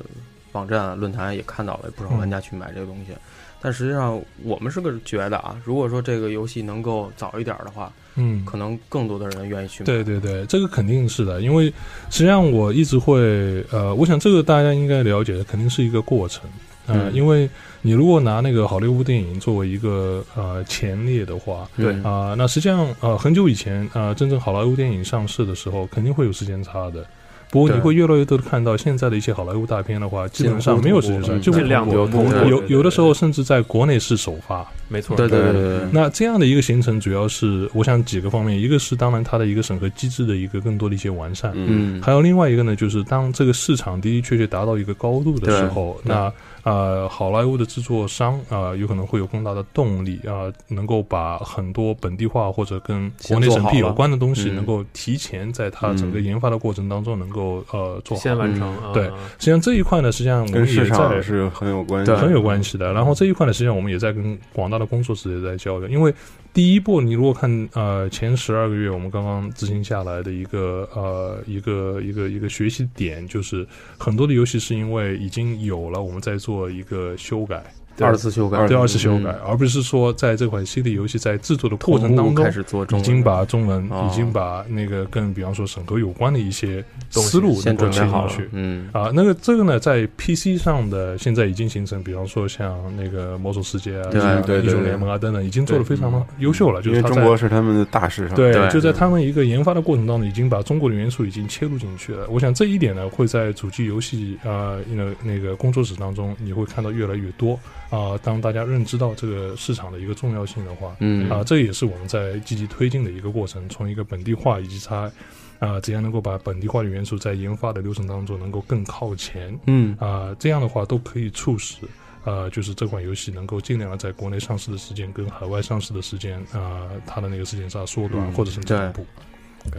C: 网站、论坛也看到了，有不少玩家去买这个东西。但实际上，我们是个觉得啊，如果说这个游戏能够早一点的话，
E: 嗯，
C: 可能更多的人愿意去买。
E: 对对对，这个肯定是的，因为实际上我一直会，呃，我想这个大家应该了解的，肯定是一个过程。呃，
C: 嗯
E: 因为你如果拿那个好莱坞电影作为一个呃前列的话，
C: 对
B: 嗯
E: 啊、那实际上呃很久以前呃真正好莱坞电影上市的时候，肯定会有时间差的。不过你
C: 对
E: 会越来越多的看到现在的一些好莱坞大片的话，基本上没有时间差，
C: 嗯
E: 就
B: 尽量
E: 有
B: 不同步
E: 有
B: 对
E: 有的时候甚至在国内是首发，
B: 没错，
C: 对对对对
D: 嗯
C: 对，
E: 那这样的一个形成，主要是我想几个方面，一个是当然它的一个审核机制的一个更多的一些完善，
D: 嗯
C: 嗯，
E: 还有另外一个呢，就是当这个市场的的确确达到一个高度的时候，
C: 对
E: 那呃好莱坞的制作商啊、呃有可能会有更大的动力啊、呃能够把很多本地化或者跟国内审批有关的东西，
C: 嗯
E: 能够提前在它整
D: 嗯
E: 个研发的过程当中能够呃做好。
B: 先完成啊，
E: 对实际上这一块呢，实际上我
D: 跟
E: 们也
D: 市场
E: 在
D: 也是很有关系
C: 对
D: 的，
E: 很有关系的。然后这一块呢，实际上我们也在跟广大的工作室也在交流，因为第一步，你如果看呃前十二个月我们刚刚执行下来的一个呃一个一个一个学习点，就是很多的游戏是因为已经有了，我们在做一个修改，
C: 二次修改，
D: 二
E: 第二次修改，
C: 嗯
E: 而不是说在这款新的游戏在制作的过程
C: 同
E: 当
C: 步
E: 中
C: 开。始做中
E: 已
C: 文
E: 经把中文，
C: 哦
E: 已经把那个跟比方说审核有关的一些
B: 东西
E: 思路能
C: 先
E: 够
C: 准
E: 切
C: 备
E: 进
C: 好了
E: 去，，
C: 嗯
E: 啊，那个这个呢，在 PC 上的现在已经形成，比方说像那个《魔兽世界》啊、
C: 对
E: 像
D: 对对
E: 英雄
D: 对嗯
E: 联盟啊等等，已经做的非常优秀了。就
D: 因
E: 是
D: 为
E: 它
D: 中
E: 在
D: 国是他们的大市场。
E: 对，
C: 对
E: 就在他们一个研发的过程当中，已经把中国的元素已经切入进去了。我想这一点呢，会在主机游戏呃那那个工作室当中，你会看到越来越多啊、当大家认知到这个市场的一个重要性的话，
C: 嗯
E: 啊、这也是我们在积极推进的一个过程，从一个本地化以及它。啊，怎样能够把本地化的元素在研发的流程当中能够更靠前？
C: 嗯
E: 啊、这样的话都可以促使呃，就是这款游戏能够尽量的在国内上市的时间跟海外上市的时间啊、呃它的那个时间上缩短、
D: 嗯
E: 或者是
C: 对
E: 同步。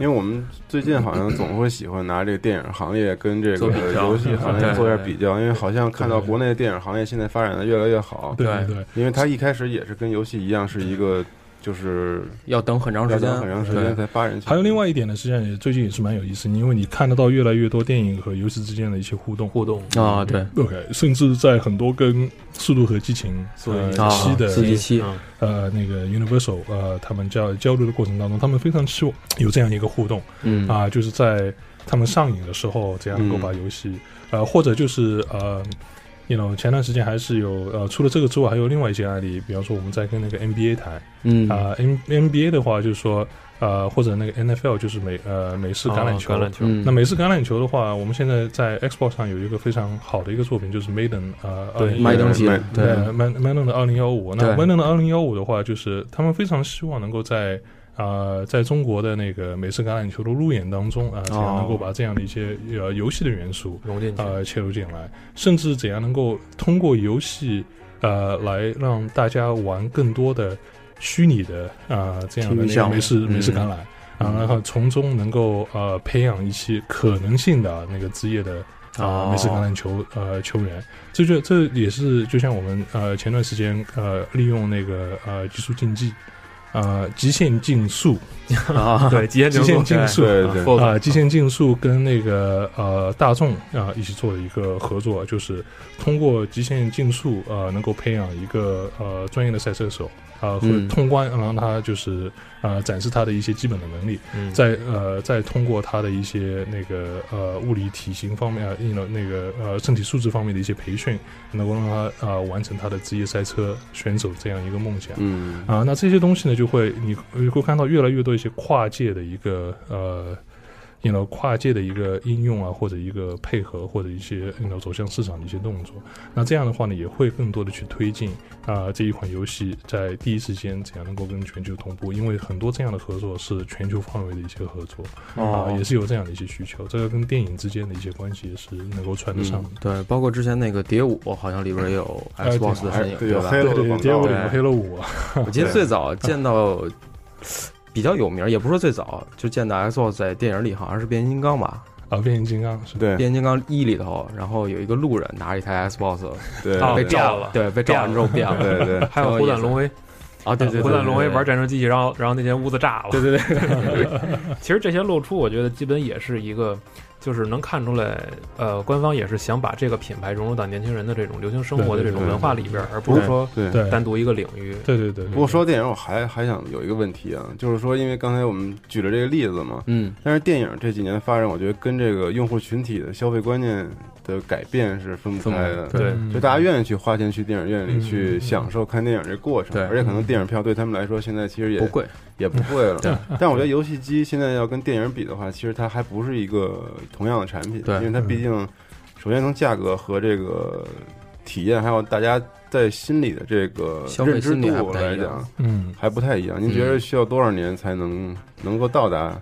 D: 因为我们最近好像总会喜欢拿这个电影行业跟这
C: 做
D: 个
C: 比较
D: 游戏行业
C: 对
D: 做点比较，因为好像看到国内的电影行业现在发展的越来越好，
E: 对
C: 对
E: 对对
D: 因为它一开始也是跟游戏一样是一个就是
C: 要等很长
D: 要
C: 时间
D: 等，很长时
C: 对
D: 间才发展起来。
E: 还有另外一点呢，实际上也最近也是蛮有意思，因为你看得到越来越多电影和游戏之间的一些互动。
B: 互动嗯
C: 啊，对，
E: OK，甚至在很多跟《速度和激情》呃
C: 啊
E: 七的
C: 四 G 七，
B: 嗯
E: 呃那个 Universal 呃他们交交流的过程当中，他们非常希望有这样一个互动。
C: 嗯
E: 啊、就是在他们上瘾的时候，怎样能够把游戏，呃，或者就是呃，you know，前段时间还是有呃，除了这个之外，还有另外一些案例，比方说我们在跟那个 NBA 谈
C: 嗯
E: 啊、n NBA 的话就是说呃，或者那个 NFL 就是美呃美式橄榄球。
B: 啊橄榄球，
C: 嗯
E: 那美式橄榄球的话，我们现在在 Xbox 上有一个非常好的一个作品，就是 Maiden 呃，
B: 对
E: 2015
C: 卖东西
D: 卖，
C: 对，
E: 呃 m a n m a n 的二零幺五，那
C: 对
E: m a n 的二零幺五的话，就是他们非常希望能够在呃在中国的那个美式橄榄球的路演当中啊，怎样能
C: 哦
E: 够把这样的一些呃游戏的元素
B: 融进去，
E: 呃切入进来，甚至怎样能够通过游戏呃来让大家玩更多的虚拟的啊、呃这样的
C: 体育
E: 那个
C: 项目
E: 美式美式
C: 嗯
E: 橄榄。啊，然后从中能够呃培养一些可能性的那个职业的啊、
C: 哦
E: 美式橄榄球呃球员，这就这也是就像我们呃前段时间呃利用那个呃极速竞技，呃极限竞速
C: 啊，
B: 对 极限
E: 极限竞速
D: 对对，
E: 啊、
B: 呃
E: 极限竞速跟那个呃大众啊、一起做的一个合作，就是通过极限竞速呃能够培养一个呃专业的赛车手呃，会通关，然后他就是呃展示他的一些基本的能力，
B: 嗯
E: 再呃再通过他的一些那个呃物理体型方面啊，那那个呃身体素质方面的一些培训，能够让他呃完成他的职业赛车选手这样一个梦想。
D: 嗯
E: 啊，那这些东西呢，就会你你会看到越来越多一些跨界的一个呃，you know 跨界的一个应用啊，或者一个配合，或者一些 you know 走向市场的一些动作。那这样的话呢，也会更多的去推进啊、这一款游戏在第一时间怎样能够跟全球同步，因为很多这样的合作是全球范围的一些合作啊、
C: 哦
E: 也是有这样的一些需求。这个跟电影之间的一些关系也是能够串得上
C: 嗯
E: 的。，
C: 对，包括之前那个《蝶舞》，好像里边也有
E: 哎对
C: Xbox 的身影，
D: 对有
C: 吧？
D: 黑了的
E: 对
D: 广
E: 街舞
D: 告哎
E: 里面黑了舞，啊
C: 我记得
D: 对
C: 最早见到比较有名儿，也不是说最早，就见到 Xbox 在电影里好像是变形金刚吧，
E: 啊，变形金刚是
D: 对
C: 变形金刚一里头，然后有一个路人拿着一台 Xbox
D: 对
B: 哦
C: 被
B: 变
C: 照
B: 了
C: 对，被照完之后变了，
D: 对对
B: 还
C: 挺有
B: 有虎
C: 意
B: 胆
C: 思
B: 龙威，
C: 啊，对对，
B: 虎胆龙威
C: 威
B: 玩战争机器，然后然后那间屋子炸了。
C: 对对对，
B: 其实这些露出，我觉得基本也是一个，就是能看出来，呃，官方也是想把这个品牌融入到年轻人的这种流行生活的这种文化里边，而不是说
D: 对。
E: 对
B: 单独一个领域。
E: 对对对，
D: 嗯不过说到电影，我还还想有一个问题啊，就是说，因为刚才我们举了这个例子嘛，
C: 嗯，
D: 但是电影这几年的发展，我觉得跟这个用户群体的消费观念的改变是分不
C: 分不
D: 开
C: 开
D: 的。
C: 对
E: 嗯
D: 就大家愿意去花钱去电影院里
E: 嗯
D: 去享受看电影这过程，
C: 对嗯
D: 而且可能电影票对他们来说现在其实也
C: 不贵，
D: 也不贵了。但我觉得游戏机现在要跟电影比的话，其实它还不是一个同样的产品，
C: 对嗯
D: 因为它毕竟首先从价格和这个体验，还有大家在心里的这个
C: 消费
D: 认知
C: 心理还
D: 度
C: 不太
D: 来
C: 一样
D: 讲，
E: 嗯。
D: 还不太一样。您觉得需要多少年才能能够到达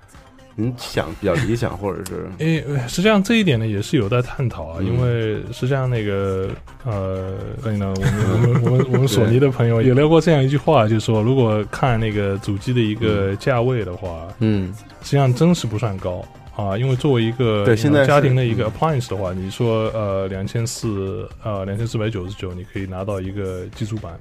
D: 您想比较理想，或者是
E: 诶，实际上这一点呢也是有待探讨啊，
D: 嗯
E: 因为实际上那个呃，所以呢，我们我们我们我们索尼的朋友也聊过这样一句话，就是说，如果看那个主机的一个价位的话，
C: 嗯，
E: 实际上真是不算高啊，因为作为一个
D: 对现在是
E: 家庭的一个 appliance 的话，你说呃两千四呃两千四百九十九，你可以拿到一个基础版。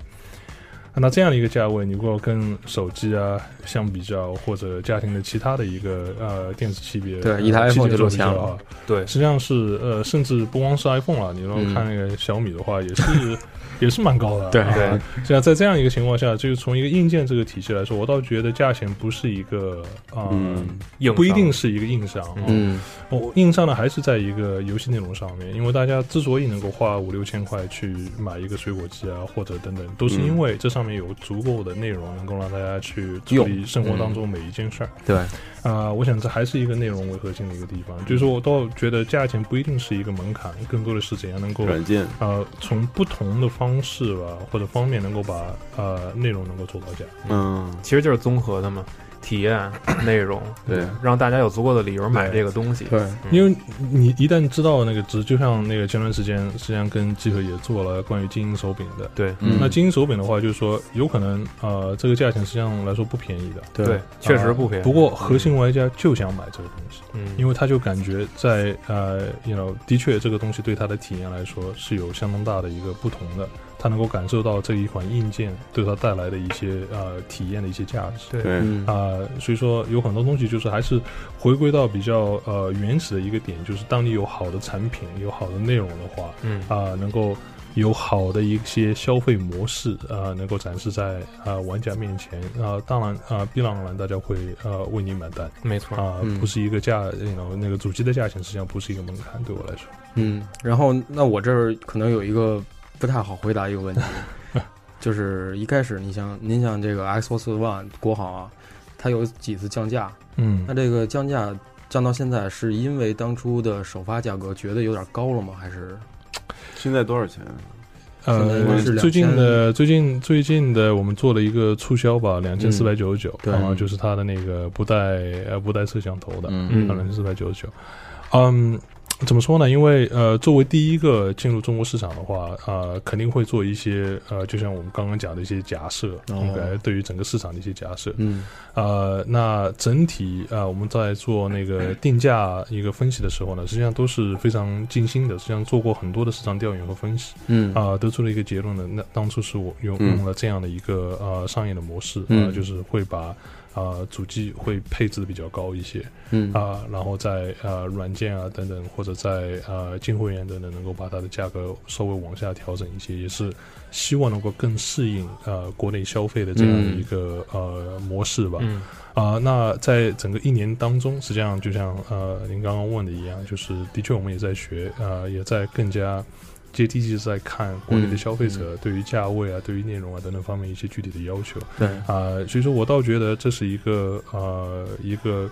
E: 那这样的一个价位，你如果跟手机啊相比较，或者家庭的其他的一个呃电子器别，
C: 对一台
E: 呃
C: iPhone
E: 器械做
C: 就露
E: 比
C: 馅
E: 较
C: 了
E: 啊
B: 对
E: 实际上是呃，甚至不光是 iPhone 了，你要
C: 嗯
E: 看那个小米的话，也是也是蛮高的啊。
C: 对
B: 对
E: 啊，这样在这样一个情况下，就是从一个硬件这个体系来说，我倒觉得价钱不是一个啊，
D: 嗯
B: 硬
E: 不一定
B: 伤
E: 是一个硬伤。啊
C: 嗯，
E: 我硬伤的还是在一个游戏内容上面，因为大家之所以能够花五六千块去买一个水果机啊，或者等等，都是因为这上面有足够的内容能够让大家去处理
C: 用
E: 生活当中每一件事儿。
C: 对，
E: 啊、我想这还是一个内容为核心的一个地方，就是说我倒觉得价钱不一定是一个门槛，更多的是怎样能够
D: 软件？
E: 呃从不同的方式吧或者方面能够把呃内容能够做到价。
D: 嗯，
B: 其实就是综合的嘛，体验、内容，
D: 对，
B: 让大家有足够的理由买
E: 对
B: 这个东西。
C: 对，
E: 因为你一旦知道那个值，就像那个前段时间实际上跟集合也做了关于精英手柄的。
B: 对
C: 嗯
E: 那精英手柄的话，就是说有可能呃这个价钱实际上来说不便宜的，
B: 对，确实
E: 呃
B: 不便宜。
E: 不过核心玩家就想买这个东西。
B: 嗯，
E: 因为他就感觉在呃，you know，的确这个东西对他的体验来说是有相当大的一个不同的，他能够感受到这一款硬件对他带来的一些呃体验的一些价值。
B: 对
D: 对，
C: 嗯
E: 啊、所以说有很多东西就是还是回归到比较呃原始的一个点，就是当你有好的产品、有好的内容的话，
B: 嗯
E: 啊、能够有好的一些消费模式啊、能够展示在啊、玩家面前啊、当然啊、必然而然大家会呃为你买单。
B: 没错。
E: 啊、
C: 嗯
E: 不是一个价，然后那个主机的价钱实际上不是一个门槛，对我来说。
C: 嗯，然后那我这儿可能有一个不太好回答一个问题，就是一开始你像您像这个 Xbox One 国行啊，它有几次降价，
E: 嗯
C: 那这个降价降到现在，是因为当初的首发价格觉得有点高了吗？还是
D: 现在多少钱？啊
C: 现在应该
E: 呃
C: 是，
E: 最近的最近最近的，我们做了一个促销吧，两千四百九十九，
C: 嗯对
E: 啊，就是它的那个不带呃不带摄像头的，
C: 嗯
B: 嗯
E: 两千四百九十九，嗯。怎么说呢？因为呃，作为第一个进入中国市场的话，呃，肯定会做一些呃，就像我们刚刚讲的一些假设，
C: 哦
E: 应该对于整个市场的一些假设。
C: 嗯
E: 呃，那整体呃，我们在做那 个定价一个分析的时候呢，实际上都是非常尽心的，实际上做过很多的市场调研和分析
C: 嗯
E: 啊、得出了一个结论呢。那当初是我用
D: 嗯
E: 用了这样的一个呃商业的模式啊、
C: 嗯
E: 就是会把呃主机会配置的比较高一些，
C: 嗯
E: 啊、然后在呃软件啊等等，或者在呃进货源等等，能够把它的价格稍微往下调整一些，也是希望能够更适应呃国内消费的这样一个、呃模式吧。
B: 嗯
E: 啊、那在整个一年当中，实际上就像呃您刚刚问的一样，就是的确我们也在学，呃，也在更加接地气，在看国内的消费者对于价位啊、对于内容啊等等方面一些具体的要求。
C: 对
E: 啊、所以说我倒觉得这是一个呃一个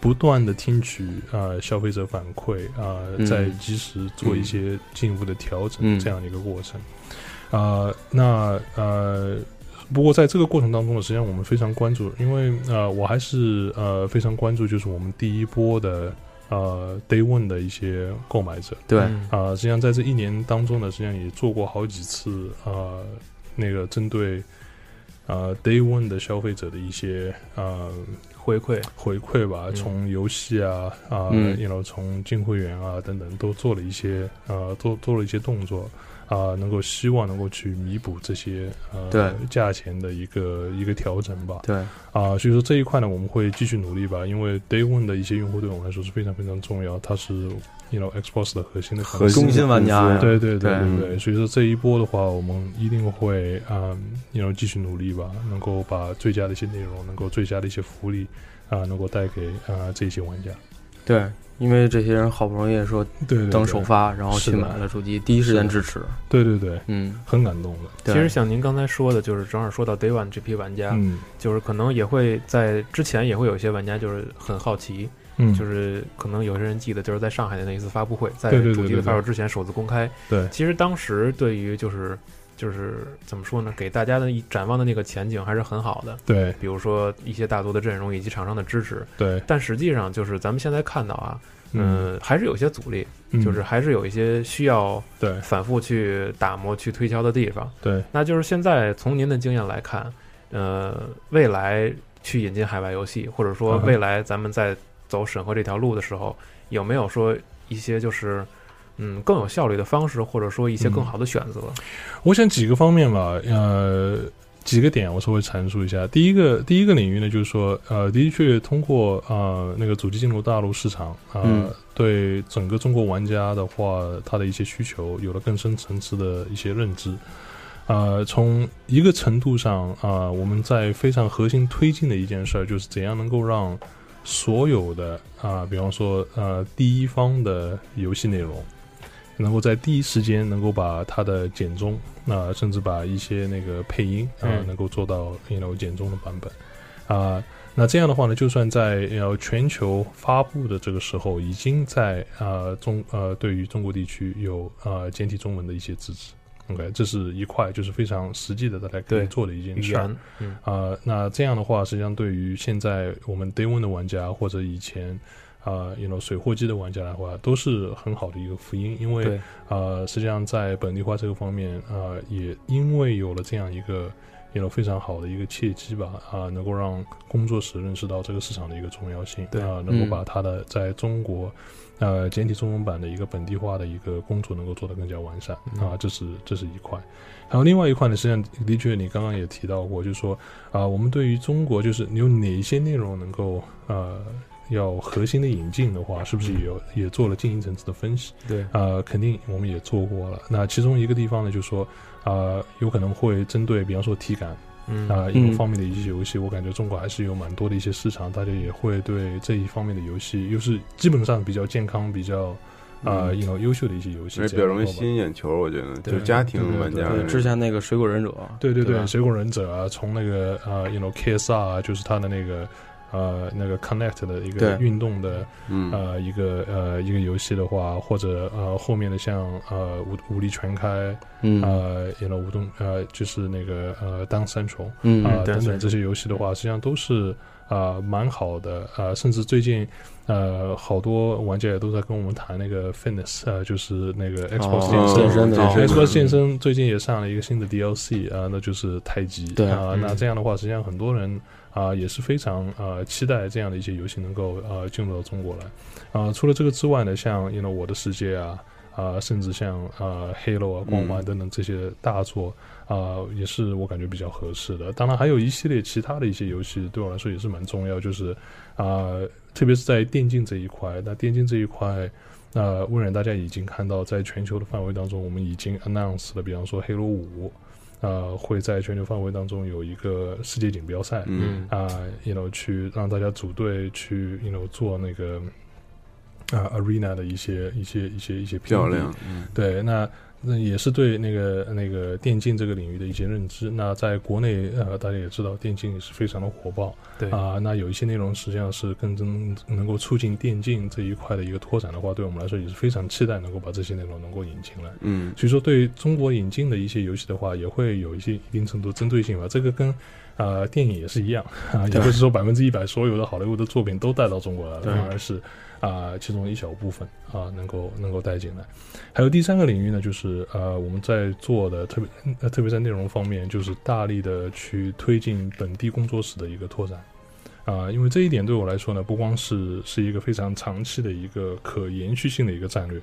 E: 不断的听取啊、呃消费者反馈啊、呃
C: 嗯
E: 在及时做一些进一步的调整、
C: 嗯
E: 这样的一个过程。啊，那呃，不过在这个过程当中呢，实际上我们非常关注，因为呃，我还是呃非常关注，就是我们第一波的呃 Day One 的一些购买者，
C: 对，
B: 嗯
E: 啊、实际上在这一年当中呢，实际上也做过好几次呃那个针对呃 Day One 的消费者的一些呃
B: 回馈，
E: 回馈吧，从游戏啊啊，
C: 嗯
E: 然后从进会员啊等等，都做了一些呃，做做了一些动作啊、能够希望能够去弥补这些呃
C: 对
E: 价钱的一个一个调整吧
C: 对，
E: 啊、所以说这一块呢，我们会继续努力吧，因为 Day One 的一些用户对我们来说是非常非常重要，它是 you know Xbox 的核心的
D: 核
E: 心
D: 心
C: 中心玩家呀，
E: 对对
C: 对
E: 对对，所以说这一波的话，我们一定会啊，然后继续努力吧，能够把最佳的一些内容，能够最佳的一些福利啊、能够带给啊、这些玩家。
C: 对，因为这些人好不容易说
E: 对对对，
C: 等首发，然后
E: 是
C: 去
E: 的
C: 买了主机，第一时间支持，
E: 对对对，
C: 嗯，
E: 很感动的。
C: 对
B: 其实像您刚才说的，就是正好说到 Day One 这批玩家，
E: 嗯
B: 就是可能也会在之前也会有一些玩家就是很好奇，
E: 嗯，
B: 就是可能有些人记得就是在上海的那一次发布会，在
E: 对对对
B: 主机的
E: 对对
B: 发售之前首次公开。
E: 对
B: 其实当时对于就是就是怎么说呢，给大家的一展望的那个前景还是很好的，
E: 对
B: 比如说一些大作的阵容以及厂商的支持。
E: 对，
B: 但实际上就是咱们现在看到啊，
E: 嗯，
B: 嗯，还是有些阻力，
E: 嗯
B: 就是还是有一些需要
E: 对
B: 反复去打磨、去推敲的地方。
E: 对，
B: 那就是现在从您的经验来看，呃，未来去引进海外游戏，或者说
E: 嗯
B: 未来咱们在走审核这条路的时候，有没有说一些就是嗯更有效率的方式，或者说一些
E: 嗯
B: 更好的选择？
E: 我想几个方面吧，呃，几个点我稍微阐述一下。第一个第一个领域呢，就是说，呃，的确通过呃那个主机进入大陆市场，呃，
C: 嗯
E: 对整个中国玩家的话，他的一些需求有了更深层次的一些认知。呃，从一个程度上啊、呃我们在非常核心推进的一件事儿，就是怎样能够让所有的啊、比方说呃第一方的游戏内容，能够在第一时间能够把它的简中，那、甚至把一些那个配音啊、
B: 嗯
E: 能够做到 you know 简中的版本啊、那这样的话呢，就算在呃全球发布的这个时候，已经在呃中呃对于中国地区有呃简体中文的一些支持。OK，这是一块就是非常实际的大家可以
B: 对
E: 做的一件
B: 语
E: 事儿。
B: 言，嗯，
E: 啊，那这样的话，实际上对于现在我们 Day One 的玩家或者以前啊、y o u know 水货机的玩家的话，都是很好的一个福音，因为
B: 对
E: 呃，实际上在本地化这个方面，呃，也因为有了这样一个。有了非常好的一个契机吧，啊、能够让工作室认识到这个市场的一个重要性，
B: 对
E: 啊、能
C: 嗯
E: 够把它的在中国，呃，简体中文版的一个本地化的一个工作能够做得更加完善，
B: 嗯
E: 啊、这是这是一块。还有另外一块呢，实际上的确你刚刚也提到过，就是说啊、我们对于中国就是有哪一些内容能够呃要核心的引进的话，是不是
D: 嗯
E: 也有也做了进一层次的分析？
B: 对
E: 呃，肯定我们也做过了。那其中一个地方呢，就是说呃，有可能会针对比方说体感
B: 嗯
E: 啊、应用方面的一些游戏，我感觉中国还是有蛮多的一些市场，大家也会对这一方面的游戏，又是基本上比较健康、比较。啊，
D: 嗯
E: 一种优秀的一些游戏，
D: 而且比较容易吸引眼球，我觉得
E: 对
D: 就家庭
E: 对
D: 玩家
E: 对
D: 那
C: 嗯对，
D: 种
C: 之前那个水果忍者，
E: 对对
C: 对
E: 对，
C: 吧
E: 水果忍者啊，从那个呃，you know KSR 啊，就是它的那个呃那个 Connect 的一
C: 对
E: 个运动的
D: 嗯
E: 呃一个呃一个游戏的话，或者呃后面的像呃武武力全开
C: 嗯
E: 呃，you know 武动呃就是那个呃当三重
C: 嗯
E: 啊、
B: 对
E: 等等这些游戏的话，实际上都是啊、呃蛮好的呃，甚至最近呃好多玩家也都在跟我们谈那个 fitness 呃，就是那个 Xbox 健
C: 哦
E: 身
C: 健身的
D: 哦
E: 所以说
D: 嗯
E: 健身最近也上了一个新的 DLC 啊、那就是太极。
C: 对
E: 啊、
B: 嗯
E: 那这样的话，实际上很多人啊、也是非常呃期待这样的一些游戏能够呃进入到中国来。啊、除了这个之外呢，像 you know 我的世界啊。啊、呃，甚至像呃《Halo》啊、《光环》等等这些大作啊、呃，也是我感觉比较合适的。当然，还有一系列其他的一些游戏对我来说也是蛮重要，就是啊、呃，特别是在电竞这一块。那电竞这一块，那微软大家已经看到，在全球的范围当中，我们已经 announce 了，比方说《Halo 五》。呃，会在全球范围当中有一个世界锦标赛，
D: 嗯
E: 啊、呃、，you know，去让大家组队去，you know，做那个啊、呃、arena 的一些一些一些一些
D: 漂亮，
E: 嗯、对，那那也是对那个那个电竞这个领域的一些认知。那在国内，呃，大家也知道电竞也是非常的火爆，
B: 对
E: 啊、呃，那有一些内容实际上是更能能够促进电竞这一块的一个拓展的话，对我们来说也是非常期待能够把这些内容能够引进来，
D: 嗯，
E: 所以说，对中国引进的一些游戏的话，也会有一些一定程度针对性吧。这个跟呃电影也是一样啊，也不是说百分之一百所有的好莱坞的作品都带到中国来了，反而是啊、呃、其中一小部分啊、呃、能够能够带进来。还有第三个领域呢，就是呃我们在做的特别、呃、特别在内容方面，就是大力的去推进本地工作室的一个拓展。啊、呃，因为这一点对我来说呢，不光是是一个非常长期的一个可延续性的一个战略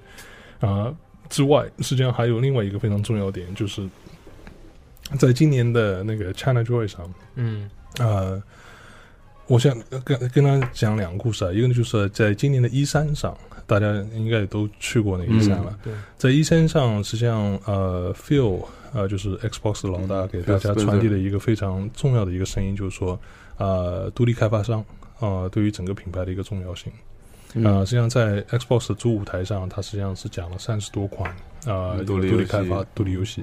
E: 啊。之外，实际上还有另外一个非常重要点，就是在今年的那个 ChinaJoy 上，
B: 嗯，
E: 呃，我想跟跟他讲两个故事啊，一个呢就是在今年的一三上，大家应该也都去过那个一三了，
B: 嗯、
E: 在一三上，实际上呃，Phil 呃就是 Xbox 的老大给大家传递了一个非常重要的一个声音，就是说，呃，独立开发商啊、呃，对于整个品牌的一个重要性。啊、呃，实际上在 Xbox 主舞台上，它实际上是讲了三十多款啊、呃、独立开发、独立游戏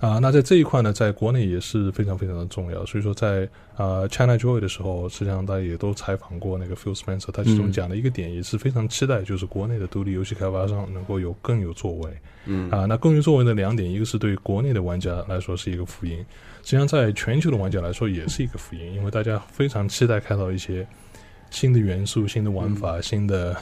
E: 啊、呃。那在这一块呢，在国内也是非常非常的重要。所以说在，在啊 ChinaJoy 的时候，实际上大家也都采访过那个 Phil Spencer，他其中讲的一个点也是非常期待，就是国内的独立游戏开发商能够有更有作为。
D: 嗯
E: 啊，那更有作为的两点，一个是对国内的玩家来说是一个福音，实际上在全球的玩家来说也是一个福音，因为大家非常期待看到一些。新的元素、新的玩法、
C: 嗯
E: 新的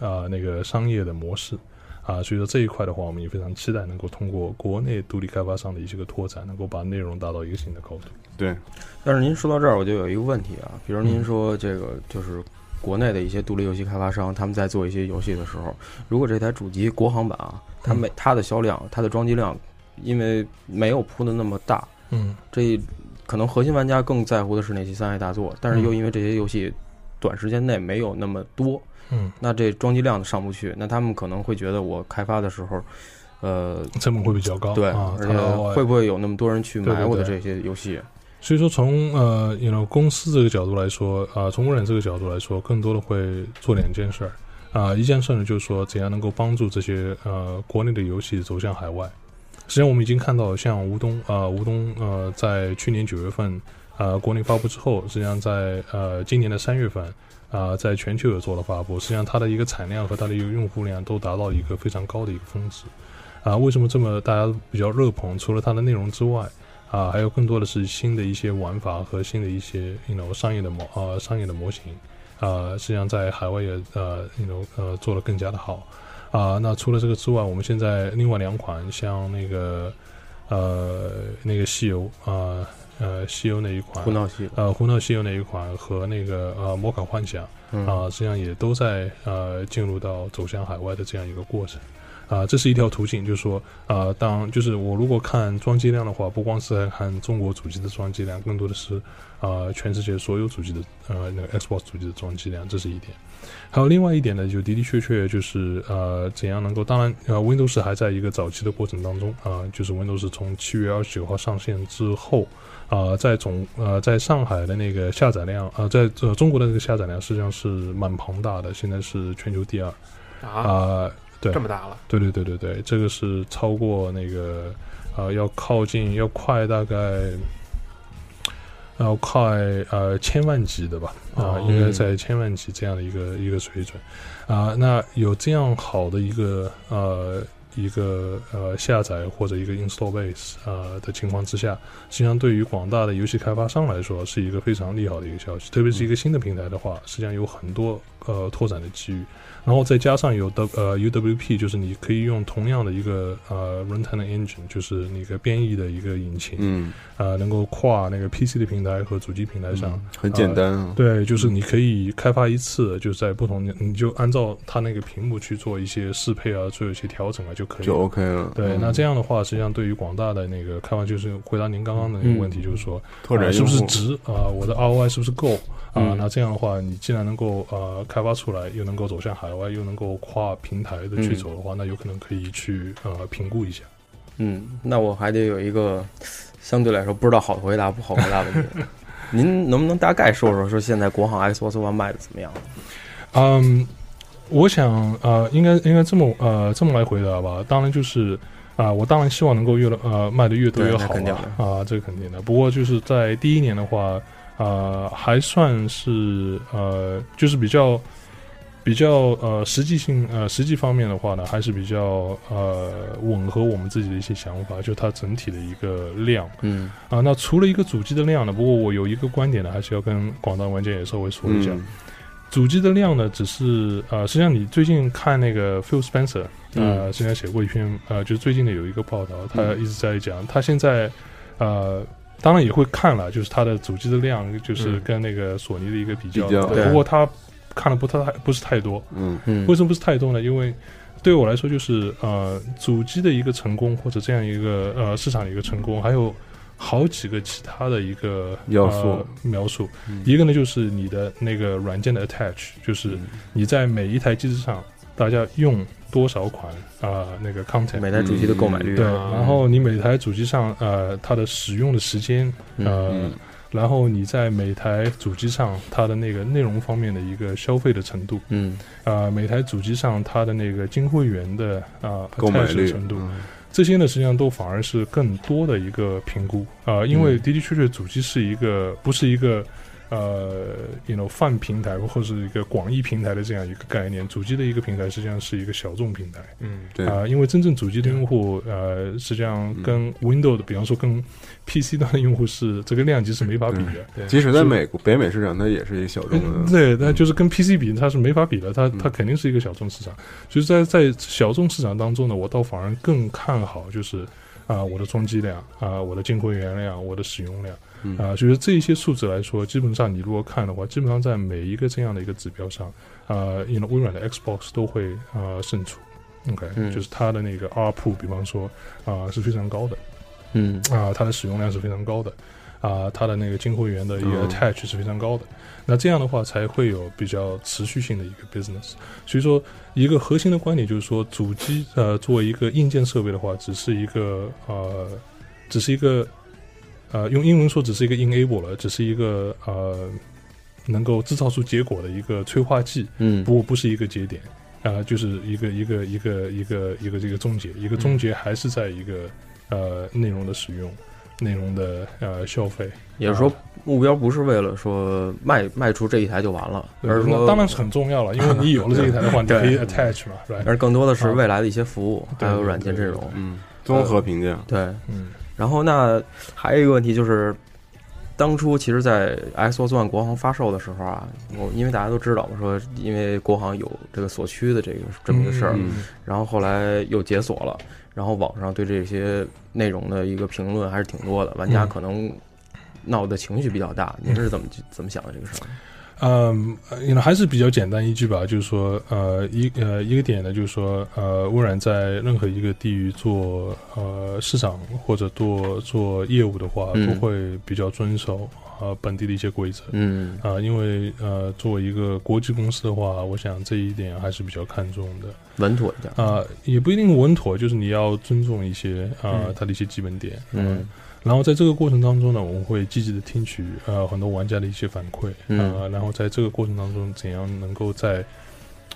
E: 啊、呃、那个商业的模式啊、呃，所以说这一块的话，我们也非常期待能够通过国内独立开发商的一些个拓展，能够把内容达到一个新的高度。
D: 对，
C: 但是您说到这儿，我就有一个问题啊，比如
E: 嗯
C: 您说这个就是国内的一些独立游戏开发商，他们在做一些游戏的时候，如果这台主机国行版啊，它
E: 嗯
C: 每它的销量、它的装机量，因为没有铺的那么大，
E: 嗯，
C: 这可能核心玩家更在乎的是那些三 A 大作，但是又因为这些游戏。短时间内没有那么多，
E: 嗯，
C: 那这装机量上不去，那他们可能会觉得我开发的时候，呃，
E: 成本会比较高，
C: 对，
E: 啊、
C: 而且会不会有那么多人去买我的这些游戏？
E: 对对对啊所以说从，从呃，你 know 公司这个角度来说，啊、呃，从微软这个角度来说，更多的会做两件事儿，啊、呃，一件事呢就是说怎样能够帮助这些呃国内的游戏走向海外。实际上，我们已经看到，像吴东啊、呃，吴东呃，在去年九月份。呃，国内发布之后，实际上在呃今年的三月份，啊、呃，在全球也做了发布。实际上，它的一个产量和它的一个用户量都达到一个非常高的一个峰值。啊、呃，为什么这么大家比较热捧？除了它的内容之外，啊、呃，还有更多的是新的一些玩法和新的一些，you know 商业的模啊商业的模型，啊，实际上在海外也呃，you know 呃做得更加的好。啊，那除了这个之外，我们现在另外两款像那个呃那个西游啊。呃，西游那一款，
C: 胡闹西游，
E: 呃，胡闹西游那一款和那个呃魔卡幻想，啊、
C: 嗯
E: 呃，实际上也都在呃进入到走向海外的这样一个过程，啊、呃，这是一条途径，就是说，啊、呃，当就是我如果看装机量的话，不光是在看中国主机的装机量，更多的是啊全世界所有主机的呃那个 Xbox 主机的装机量，这是一点。还有另外一点呢，就的的确确就是呃怎样能够，当然呃 Windows 还在一个早期的过程当中啊，就是 Windows 从七月二十九号上线之后。啊、呃，在总呃，在上海的那个下载量啊、呃，在呃中国的这个下载量实际上是蛮庞大的，现在是全球第二
B: 啊、
E: 呃，对，
B: 这么大了，
E: 对对对对对，这个是超过那个啊，要靠近要快大概要快呃千万级的吧啊，
B: 哦、
E: 应该在千万级这样的一个一个水准啊，那有这样好的一个呃。一个呃下载或者一个 install base 啊、呃、的情况之下，实际上对于广大的游戏开发商来说是一个非常利好的一个消息，特别是一个新的平台的话，实际上有很多呃拓展的机遇，然后再加上有 W 呃 UWP，就是你可以用同样的一个呃 runtime 的 engine，就是那个编译的一个引擎，
D: 嗯，
E: 呃能够跨那个 PC 的平台和主机平台上，嗯、
D: 很简单
E: 啊、呃，对，就是你可以开发一次，就在不同你就按照它那个屏幕去做一些适配啊，做一些调整啊，就。就可以，
D: 就 OK 了。
E: 对，那这样的话，实际上对于广大的那个开发，就是回答您刚刚的那个问题，就是说，
D: 拓展
E: 呃是不是值啊？我的 ROI 是不是够啊？那这样的话，你既然能够呃开发出来，又能够走向海外，又能够跨平台的去走的话，那有可能可以去呃评估一下。
C: 嗯，那我还得有一个相对来说不知道好回答不好回答的问题。您能不能大概说说说现在国行 Xbox One 卖的怎么样？
E: 嗯，我想呃，应该应该这么呃这么来回答吧。当然就是啊、我当然希望能够越呃卖的越多越
C: 对那
E: 好
C: 肯定
E: 啊、啊这个肯定的。不过就是在第一年的话，呃，还算是呃，就是比较比较呃实际性呃实际方面的话呢，还是比较呃吻合我们自己的一些想法，就它整体的一个量。
C: 嗯
E: 啊，那除了一个主机的量呢，不过我有一个观点呢，还是要跟广大玩家也稍微说一下。
D: 嗯
E: 主机的量呢，只是呃，实际上你最近看那个 Phil Spencer，呃，
D: 嗯
E: 之前写过一篇呃，就是最近的有一个报道，他一直在讲，他现在呃，当然也会看了，就是他的主机的量，就是
B: 嗯
E: 跟那个索尼的一个比较，
D: 比较
E: 对
C: 对
E: 不过他看的不太不是太多，
D: 嗯
C: 嗯
E: 为什么不是太多呢？因为对我来说，就是呃，主机的一个成功，或者这样一个呃市场的一个成功，还有好几个其他的一个
D: 要素
E: 呃描述。
D: 嗯
E: 一个呢，就是你的那个软件的 attach，就是你在每一台机子上，大家用多少款啊、呃那个 content。
C: 每台主机的购买率
E: 对，
C: 啊，
B: 啊
E: 然后你每台主机上，呃，它的使用的时间，呃，
D: 嗯
E: 然后你在每台主机上它的那个内容方面的一个消费的程度，
C: 嗯
E: 呃，每台主机上它的那个金会员的啊、呃、
D: 购买
E: attach 的
D: 率
E: 程度，
D: 嗯
E: 这些呢实际上都反而是更多的一个评估啊、呃，因为
D: 嗯
E: 的的确确主机是一个不是一个呃，you know 泛平台或者是一个广义平台的这样一个概念，主机的一个平台实际上是一个小众平台
B: 嗯，
D: 对嗯
E: 啊、呃因为真正主机的用户呃，实际上跟 Windows 的，比方说跟 PC 端的用户是这个量级是没法比的。
D: 即使在美国北美市场，它也是一个小众
E: 嗯
D: 的，
E: 对，那就是跟 PC 比，它是没法比的，它它
D: 嗯
E: 肯定是一个小众市场。就是在在小众市场当中呢，我倒反而更看好就是啊、我的装机量啊、我的进货源量、我的使用量
D: 嗯
E: 啊、就是这一些数值来说，基本上你如果看的话，基本上在每一个这样的一个指标上，啊，因为微软的 Xbox 都会啊胜出。OK，、
C: 嗯
E: 就是它的那个 R 铺，比方说啊、是非常高的。
C: 嗯
E: 啊、它的使用量是非常高的，啊、它的那个进货源的一个
D: 嗯
E: attach 是非常高的。那这样的话才会有比较持续性的一个 business。所以说，一个核心的观点就是说，主机呃作为一个硬件设备的话，只是一个呃，只是一个呃，用英文说只是一个 enable 了，只是一个呃能够制造出结果的一个催化剂。
C: 嗯
E: 不不是一个节点，啊、就是一个一个一个一个一个这个终结，一个
C: 嗯
E: 终结还是在一个、呃内容的使用、内容的呃消费，
C: 也就是说目标不是为了说卖卖出这一台就完了，
E: 对
C: 而是说
E: 那当然是很重要了，因为你有了这一台 的话，你
C: 对嗯
E: 可以 attach 嘛，right？
C: 而更多的是
E: 啊
C: 未来的一些服务，还
E: 对
C: 有
E: 对
C: 软件
E: 对
C: 阵容。
D: 嗯，
E: 呃
D: 综合评价，
C: 对，
E: 嗯，
C: 然后那还有一个问题就是，当初其实，在 Xbox One 国行发售的时候啊，我因为大家都知道嘛，说因为国行有这个锁区的这个这么个事儿，
D: 嗯
C: 然后后来又解锁了，然后网上对这些内容的一个评论还是挺多的，玩家
E: 嗯
C: 可能闹的情绪比较大。您是怎么怎么想的这个事儿？
E: 嗯，你还是比较简单一句吧，就是说，呃，一呃一个点呢，就是说，呃，微软在任何一个地域做呃市场或者做做业务的话，
C: 嗯
E: 都会比较遵守呃本地的一些规则。
C: 嗯
E: 啊、因为呃，作为一个国际公司的话，我想这一点还是比较看重的。
C: 稳妥一点。
E: 啊、也不一定稳妥，就是你要尊重一些啊、
B: 嗯
E: 它的一些基本点。
C: 嗯
E: 然后在这个过程当中呢，我们会积极的听取呃很多玩家的一些反馈，
C: 嗯
E: 呃，然后在这个过程当中，怎样能够在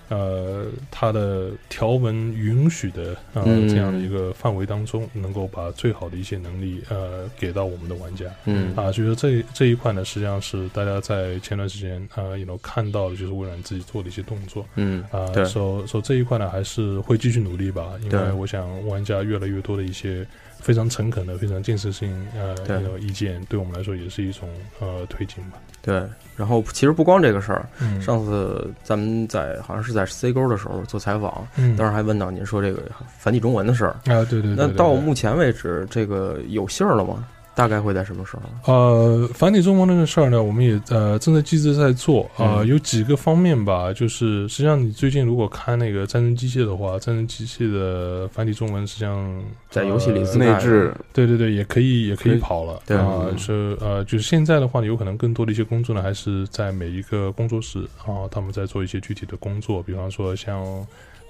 E: 呃它的条文允许的呃、
C: 嗯
E: 这样的一个范围当中，能够把最好的一些能力呃给到我们的玩家。
C: 嗯
E: 啊，所以说这这一块呢，实际上是大家在前段时间呃，也能看到的就是微软自己做的一些动作
C: 嗯
E: 啊，
C: 对
E: 所所以这一块呢，还是会继续努力吧，因
C: 对
E: 为我想玩家越来越多的一些非常诚恳的、非常建设性呃
C: 对
E: 那种意见，对我们来说也是一种呃推进吧。
C: 对。然后其实不光这个事儿，
E: 嗯，
C: 上次咱们在好像是在 C 沟的时候做采访，
E: 嗯
C: 当时还问到您说这个繁体中文的事儿。
E: 啊，对对对，
C: 那
E: 对
C: 到
E: 对
C: 目前为止，这个有信儿了吗？大概会在什么时候？啊
E: 呃，繁体中文那个事儿呢，我们也呃正在积极在做啊、
C: 嗯
E: 呃，有几个方面吧，就是实际上你最近如果看那个《战争机械》的话，《战争机械》的繁体中文实际上
C: 在游戏里
E: 呃
C: 自带
D: 内置，
E: 对对对，也可以也可
D: 可
E: 以
D: 以
E: 跑了，
C: 对
E: 啊、
D: 嗯
E: 是呃，就是现在的话呢，有可能更多的一些工作呢，还是在每一个工作室啊，他们在做一些具体的工作，比方说像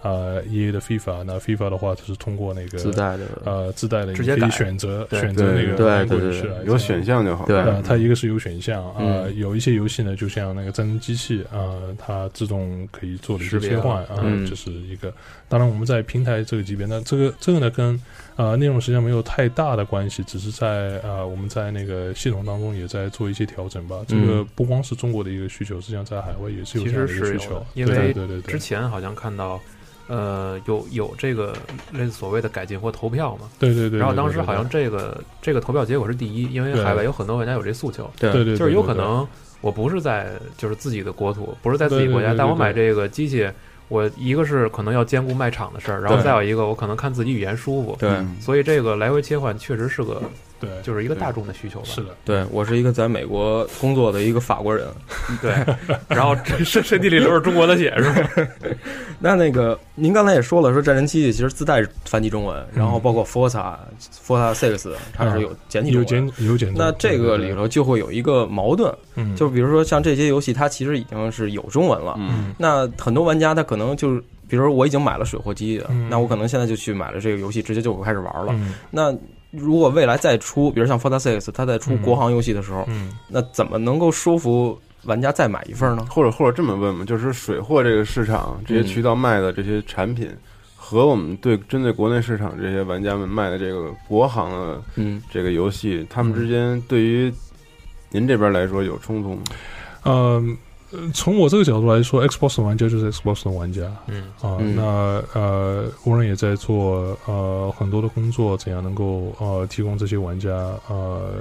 E: 呃 EA 的 FIFA，那 FIFA 的话，它是通过那个
C: 自带的，
E: 呃自带的，你
B: 直接
E: 可以
B: 改
E: 选择
B: 对
E: 选择那个
C: 对
E: 韩国啊
C: 对
E: 游
C: 对
E: 戏来
D: 有
E: 做
D: 选项就好。嗯
C: 对
E: 呃，它一个是有选项啊、呃
C: 嗯
E: 有一些游戏呢，就像那个战争机器啊、呃它自动可以做的一
B: 识
E: 些
B: 别
E: 切换啊、
C: 嗯
E: 这是一个。当然，我们在平台这个级别，那这个这个呢，跟呃内容实际上没有太大的关系，只是在呃我们在那个系统当中也在做一些调整吧。这个
C: 嗯
E: 不光是中国的一个需求，实际上在海外也是有
B: 其
E: 这样
B: 实
E: 的一个
B: 是
E: 需
B: 有
E: 求
B: 的，，因
E: 对
B: 为
E: 对对
B: 之
E: 对
B: 前好像看到，呃，有有这个类似所谓的改进或投票嘛，
E: 对对对。
B: 然后
E: 对
B: 当
E: 对
B: 时
E: 对
B: 好像这个这个投票结果是第一，因为
E: 对
B: 海外有很多玩家有这诉求，
C: 对
E: 对对
B: 就是有可。
E: 对对
B: 能我不是在就是自己的国土，不是在自己
E: 对
B: 国家
E: 对，对
B: 但我
E: 对
B: 买这个机器，我一个是可能要兼顾卖场的事儿，然后
C: 对
B: 再有一个我可能看自己语言舒服，
C: 对
D: 嗯
B: 所以这个来回切换确实是个
E: 对对
B: 就是一个大众的需求吧，
E: 是的，
C: 对我是一个在美国工作的一个法国人，
B: 对， 然后这身身体里流着中国的血是吧？
C: 那那个，您刚才也说了，说《战神七》其实自带繁体中文，然
E: 嗯
C: 后包括 Forza、Forza Six，它是有简体中
E: 啊有
C: 文。
E: 简有简单。
C: 那这个
E: 对
C: 里，头就会有一个矛盾，
E: 嗯，
C: 就比如说像这些游戏，它其实已经是有中文了。
D: 嗯，
E: 嗯
C: 那很多玩家他可能就是，比如说我已经买了水货机，
E: 嗯
C: 那我可能现在就去买了这个游戏，直接就开始玩了。
E: 嗯
C: 那如果未来再出，比如像 Forza Six，它在出
E: 嗯
C: 国行游戏的时候，
E: 嗯，
C: 那怎么能够说服玩家再买一份呢？
D: 或者或者这么问吧，就是水货这个市场，这些渠道卖的这些产品，和我们对针对国内市场这些玩家们卖的这个国行的
C: 嗯，
D: 这个游戏，他
E: 嗯
D: 们之间对于您这边来说有冲突吗？
E: 嗯，呃从我这个角度来说，Xbox 的玩家就是 Xbox 的玩家
B: 嗯，
E: 啊、
C: 嗯
E: 那呃，微软也在做呃很多的工作，怎样能够呃提供这些玩家呃，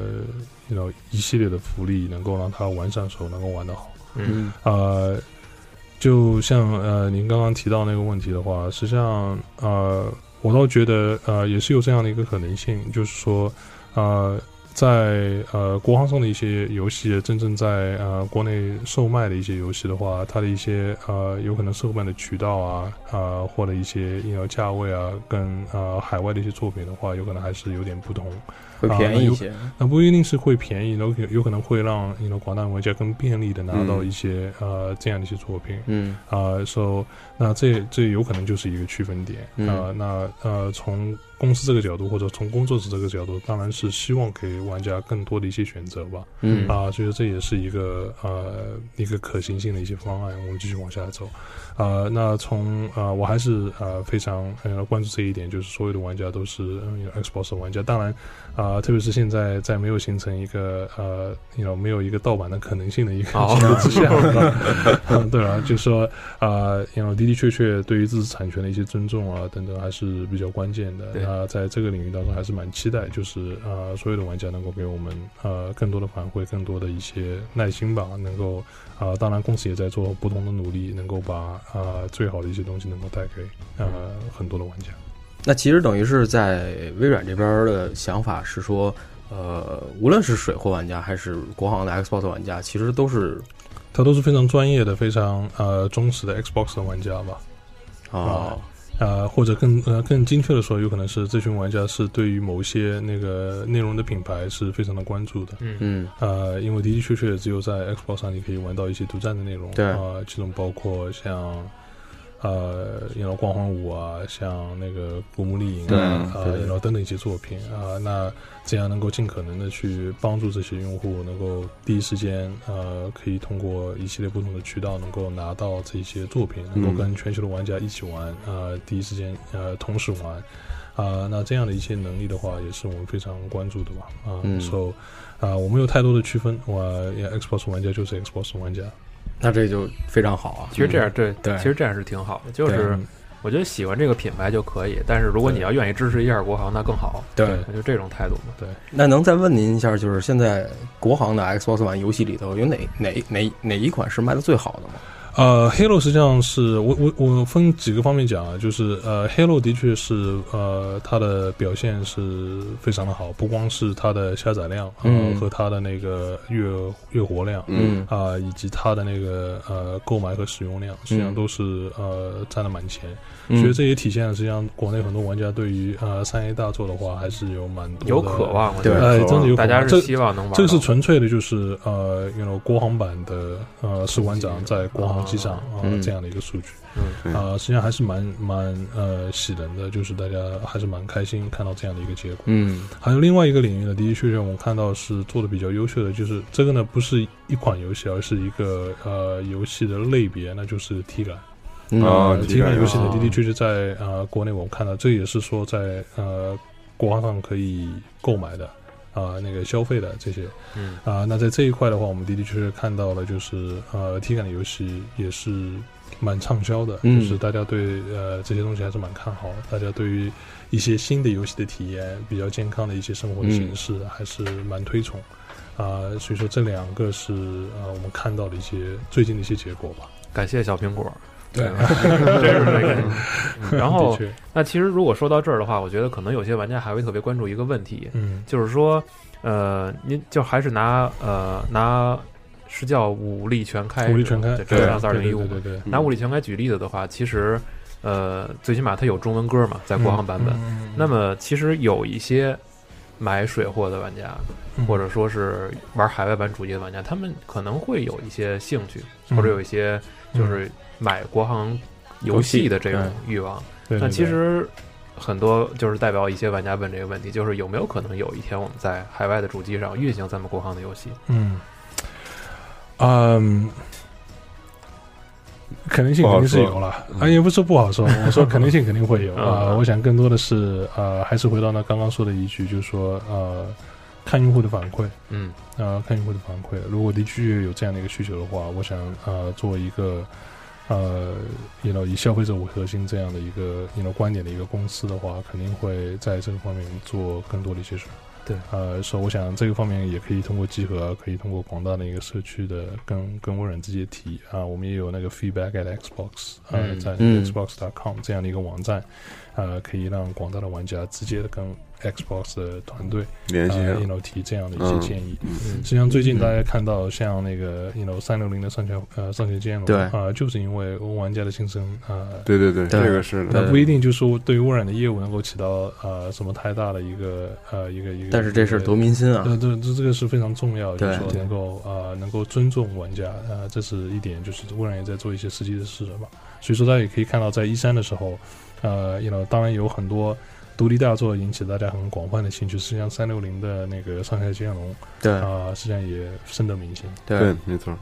E: you know 一系列的福利，能够让他玩上手，能够玩得好。
B: 嗯，
E: 呃，就像呃您刚刚提到那个问题的话，实际上呃，我倒觉得呃也是有这样的一个可能性，就是说呃。在呃国行上的一些游戏，真正在呃国内售卖的一些游戏的话，它的一些呃有可能售卖的渠道啊，呃或者一些应有价位啊，跟呃海外的一些作品的话，有可能还是有点不同。
C: 会便宜一些。
E: 啊那不一定是会便宜，有可有可能会让你的广大玩家更便利的拿到
D: 嗯
E: 一些、呃这样的一些作品
C: 嗯
E: 啊、so 那这这有可能就是一个区分点啊、
C: 嗯
E: 那呃从公司这个角度或者从工作室这个角度，当然是希望给玩家更多的一些选择吧
C: 嗯
E: 啊、所以这也是一个呃一个可行性的一些方案，我们继续往下走。呃，那从呃，我还是呃非常呃关注这一点，就是所有的玩家都是、嗯有 Xbox 的玩家。当然，啊、特别是现在在没有形成一个呃，你 you know, 没有一个盗版的可能性的一个
B: 哦
E: 情况之下，嗯对啊，就是说啊，you know，的的确确对于知识产权的一些尊重啊等等还是比较关键的。
B: 对
E: 那在这个领域当中，还是蛮期待，就是呃，所有的玩家能够给我们呃更多的反馈，更多的一些耐心吧，能够啊，当然公司也在做不同的努力，能够把啊最好的一些东西能够带给呃很多的玩家。
C: 那其实等于是在微软这边的想法是说，呃，无论是水货玩家还是国行的 Xbox 玩家，其实都是
E: 他都是非常专业的、非常呃忠实的 Xbox 的玩家吧。
C: 啊，
E: 呃，或者更呃更精确的说，有可能是这群玩家是对于某些那个内容的品牌是非常的关注的。
C: 嗯
E: 呃，因为的的确确只有在 Xbox 上你可以玩到一些独占的内容，
C: 对
E: 啊、其中包括像。呃，然后《光环五》啊，像那个《古墓丽影》
D: 对
E: 啊，呃
C: 对对
E: 然后等等一些作品啊、那这样能够尽可能的去帮助这些用户能够第一时间呃，可以通过一系列不同的渠道能够拿到这些作品，能够
D: 嗯
E: 跟全球的玩家一起玩啊、第一时间呃同时玩啊、那这样的一些能力的话，也是我们非常关注的吧啊、
C: 嗯
E: s o 啊、我没有太多的区分，我也 Xbox 玩家就是 Xbox 玩家，
C: 那这就非常好啊。
B: 其实这样对
C: 对
B: 其实这样是挺好的，
E: 嗯
B: 就
C: 对
B: 是我觉得喜欢这个品牌就可以，但是如果你要愿意支持一下国行，那更好，
C: 对
B: 那就这种态度嘛。
C: 那能再问您一下，就是现在国行的 Xbox 玩游戏里头有哪哪哪哪一款是卖的最好的吗？
E: 呃，Halo 实际上是我我我分几个方面讲啊，就是呃，Halo 的确是呃，它的表现是非常的好，不光是它的下载量，呃、
C: 嗯
E: 和它的那个月月活量，
C: 嗯
E: 啊、以及它的那个呃购买和使用量，实际上都是、呃占的蛮前，
C: 嗯
E: 所以这也体现了实际上国内很多玩家对于呃三 A 大作的话还是有蛮多的
B: 有渴望我觉得
E: 呃
B: 渴，望
E: 真的有渴望
B: 大家是
E: 这
B: 希望能玩
E: 这个是
B: 到
E: 纯粹的，就是呃，you know，国行版的呃士官长在国行机上啊、
C: 嗯
E: 这样的一个数据，
D: 嗯
E: 啊，实际上还是蛮蛮呃喜人的，就是大家还是蛮开心看到这样的一个结果。
C: 嗯
E: 还有另外一个领域呢，的确让我们看到是做的比较优秀的，就是这个呢不是一款游戏，而是一个呃游戏的类别，那就是体感。
D: 啊
C: 嗯
E: 呃，
D: 体
E: 体
D: 感
E: 感游戏呢
B: 游戏
E: 的的确确在呃国内我们看到，这也是说在呃国行上可以购买的啊、那个消费的这些
B: 嗯
E: 啊、那在这一块的话，我们的的确确看到了，就是呃体感的游戏也是蛮畅销的，
C: 嗯
E: 就是大家对呃这些东西还是蛮看好，大家对于一些新的游戏的体验，比较健康的一些生活的形式，还是蛮推崇。啊、所以说这两个是呃我们看到的一些最近的一些结果吧。
B: 感谢小 苹果，
E: 对
B: 真是 这个。嗯然后
E: 的确，
B: 那其实如果说到这儿的话，我觉得可能有些玩家还会特别关注一个问题，
E: 嗯，
B: 就是说，呃，您就还是拿呃拿是叫武力全开是吧，
E: 武力全开，
B: 这样子二零一五
E: 对，嗯对对，对
B: 拿武力全开举例子的话，其实呃最起码它有中文歌嘛，在国行版本。
E: 嗯
B: 那么其实有一些买水货的玩家，
E: 嗯
B: 或者说是玩海外版主机的玩家，他们可能会有一些兴趣，
E: 嗯
B: 或者有一些就是买国行游戏的这种欲望。
E: 对对
B: 那
E: 对
B: 其实很多就是代表一些玩家问这个问题，就是有没有可能有一天我们在海外的主机上运行咱们国行的游戏？
E: 嗯，嗯，可能性肯定是有了，啊，也不是不好说，我说可能性肯定会有
B: 嗯
E: 啊、
B: 嗯
E: 我想更多的是呃，还是回到那刚刚说的一句，就是说呃，看用户的反馈，
B: 嗯
E: 呃，看用户的反馈。如果的确有这样的一个需求的话，我想呃，作为一个呃，you know 以消费者为核心这样的一个 you know 观点的一个公司的话，肯定会在这个方面做更多的一些事。
B: 对，
E: 呃，所以我想这个方面也可以通过集合，啊可以通过广大的一个社区的跟跟微软自己的提啊、我们也有那个 feedback at Xbox 啊、
B: 嗯
E: 在
C: 嗯
E: Xbox.com 这样的一个网站，呃，可以让广大的玩家直接的跟 Xbox 的团队
D: 联系
E: 呃
D: 上
E: you know 提这样的一
D: 嗯
E: 些建议。
B: 嗯
E: 实际上，最近大家看到像那个 you know 三六零的上权呃上权兼容，
C: 对
E: 啊、就是因为玩家的心声啊。呃
D: 对对对，
C: 对
D: 这个是
E: 那
D: 的，
E: 不一定就是说对于微软的业务能够起到呃什么太大的一个呃一个一个，
C: 但是这事儿多民心啊！
E: 呃，对，这这个是非常重要，就是
C: 对
E: 说
C: 对
E: 能够呃能够尊重玩家，呃，这是一点，就是微软也在做一些实际的事嘛。所以说大家也可以看到，在一三的时候，呃，you know，当然有很多独立大作引起大家很广泛的兴趣，实际上三六零的那个上海兼容
C: 对
E: 啊、实际上也深得民心。
D: 对，没错，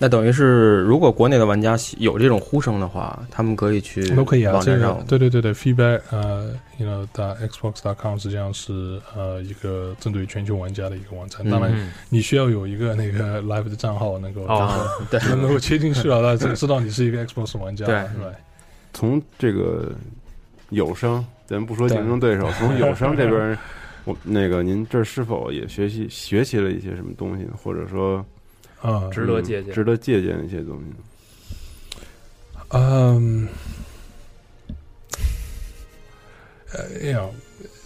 C: 那等于是，如果国内的玩家喜有这种呼声的话，他们可以去
E: 都可以啊，
C: 网
E: 这
C: 站
E: 个
C: 上
E: 对对对对，feedback 呃，you know，打 xbox.com 实际上是呃一个针对全球玩家的一个网站，
C: 嗯
E: 当然
B: 嗯，
E: 你需要有一个那个 live 的账号能够
B: 哦，
C: 对
E: 能够切进去了，那就知道你是一个 Xbox 玩家，
C: 对
E: 吧？
D: 从这个友商，咱不说竞争对手，从友商这边儿，我那个您这儿是否也学习学习了一些什么东西呢，或者说
E: 啊，
B: 值得借鉴
D: 嗯值得借鉴的一些东西呢？
E: 嗯，呃呀，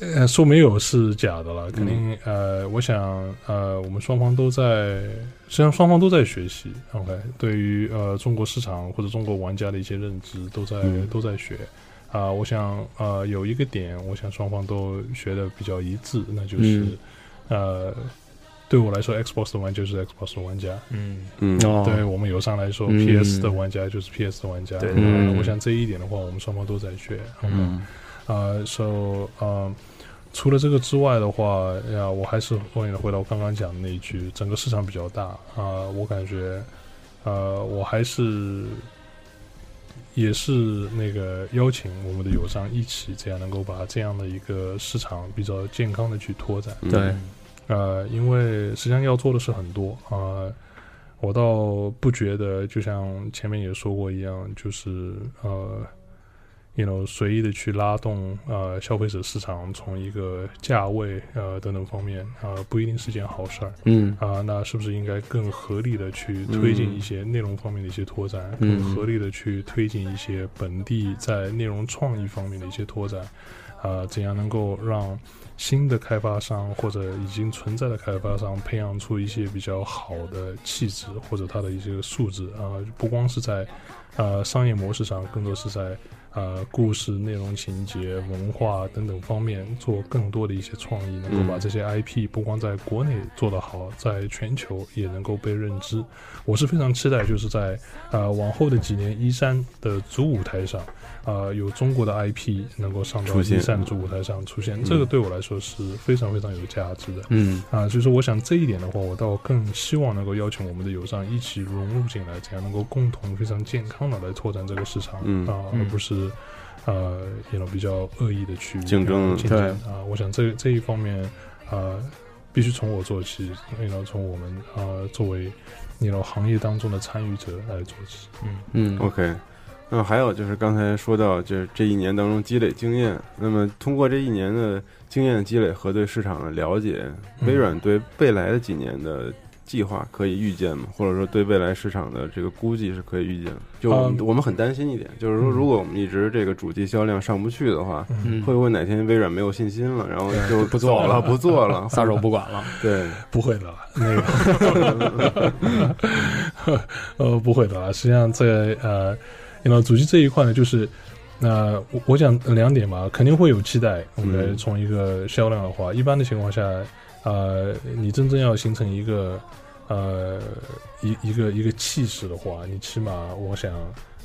E: 呃，说没有是假的了，肯定、呃，我想呃，我们双方都在，实际上双方都在学习，OK，对于呃中国市场或者中国玩家的一些认知都在、
D: 嗯
E: 都在学。啊、我想，呃，有一个点，我想双方都学的比较一致，那就是，呃，对我来说，Xbox 的玩家就是 Xbox 的玩家，
B: 嗯
D: 嗯，
C: 哦
E: 对我们友商来说
C: 嗯
E: ，PS 的玩家就是 PS 的玩家。
B: 对
E: 呃
C: 嗯
E: 我想这一点的话，我们双方都在学。
C: 嗯
E: 呃，so 呃，除了这个之外的话，呀，我还是回回到我刚刚讲的那一句，整个市场比较大啊、我感觉，呃，我还是。也是那个邀请我们的友商一起，这样能够把这样的一个市场比较健康的去拓展。
D: 嗯
C: 对，
E: 呃，因为实际上要做的事很多啊、呃我倒不觉得，就像前面也说过一样，就是呃， you know 随意的去拉动呃消费者市场从一个价位呃等等方面啊、呃、不一定是件好事儿，
C: 嗯
E: 啊、那是不是应该更合理的去推进一些内容方面的一些拓展，
C: 嗯
E: 更合理的去推进一些本地在内容创意方面的一些拓展，啊、怎样能够让新的开发商或者已经存在的开发商培养出一些比较好的气质或者它的一些素质啊、不光是在呃商业模式上，更多是在呃故事、内容、情节、文化等等方面做更多的一些创意，能
C: 嗯
E: 够把这些 IP 不光在国内做得好，在全球也能够被认知。我是非常期待，就是在呃往后的几年，一三的主舞台上，呃有中国的 IP 能够上到
D: 出现
E: 一三主舞台上出现，这个对我来说是非常非常有价值的。
C: 嗯
E: 啊，所以说我想这一点的话，我倒更希望能够邀请我们的友商一起融入进来，这样能够共同非常健康的来拓展这个市场，
D: 嗯
E: 啊，
B: 嗯
E: 而不是呃一种比较恶意的去
D: 竞争
E: 竞
C: 对
E: 争啊。我想这这一方面啊，必须从我做起，然后从我们啊作为你种行业当中的参与者来做起。
C: 嗯
D: OK，那还有就是刚才说到，就是这一年当中积累经验，那么通过这一年的经验积累和对市场的了解，
E: 嗯
D: 微软对未来的几年的计划可以预见吗？或者说对未来市场的这个估计是可以预见的？就我们
E: 嗯
D: 我们很担心一点，就是说
E: 嗯
D: 如果我们一直这个主机销量上不去的话，
C: 嗯
D: 会不会哪天微软没有信心了，然后就
C: 不做
D: 走
C: 了
D: 了，不做了？
C: 撒手不管了，
D: 对，
E: 不会的啦，那个， 呃，不会的啦。实际上在，呃，你知道主机这一块呢，就是，那、我我讲两点吧，肯定会有期待。我们
D: 嗯
E: 从一个销量的话，一般的情况下，呃，你真正要形成一个，呃，一一个一个气势的话，你起码我想。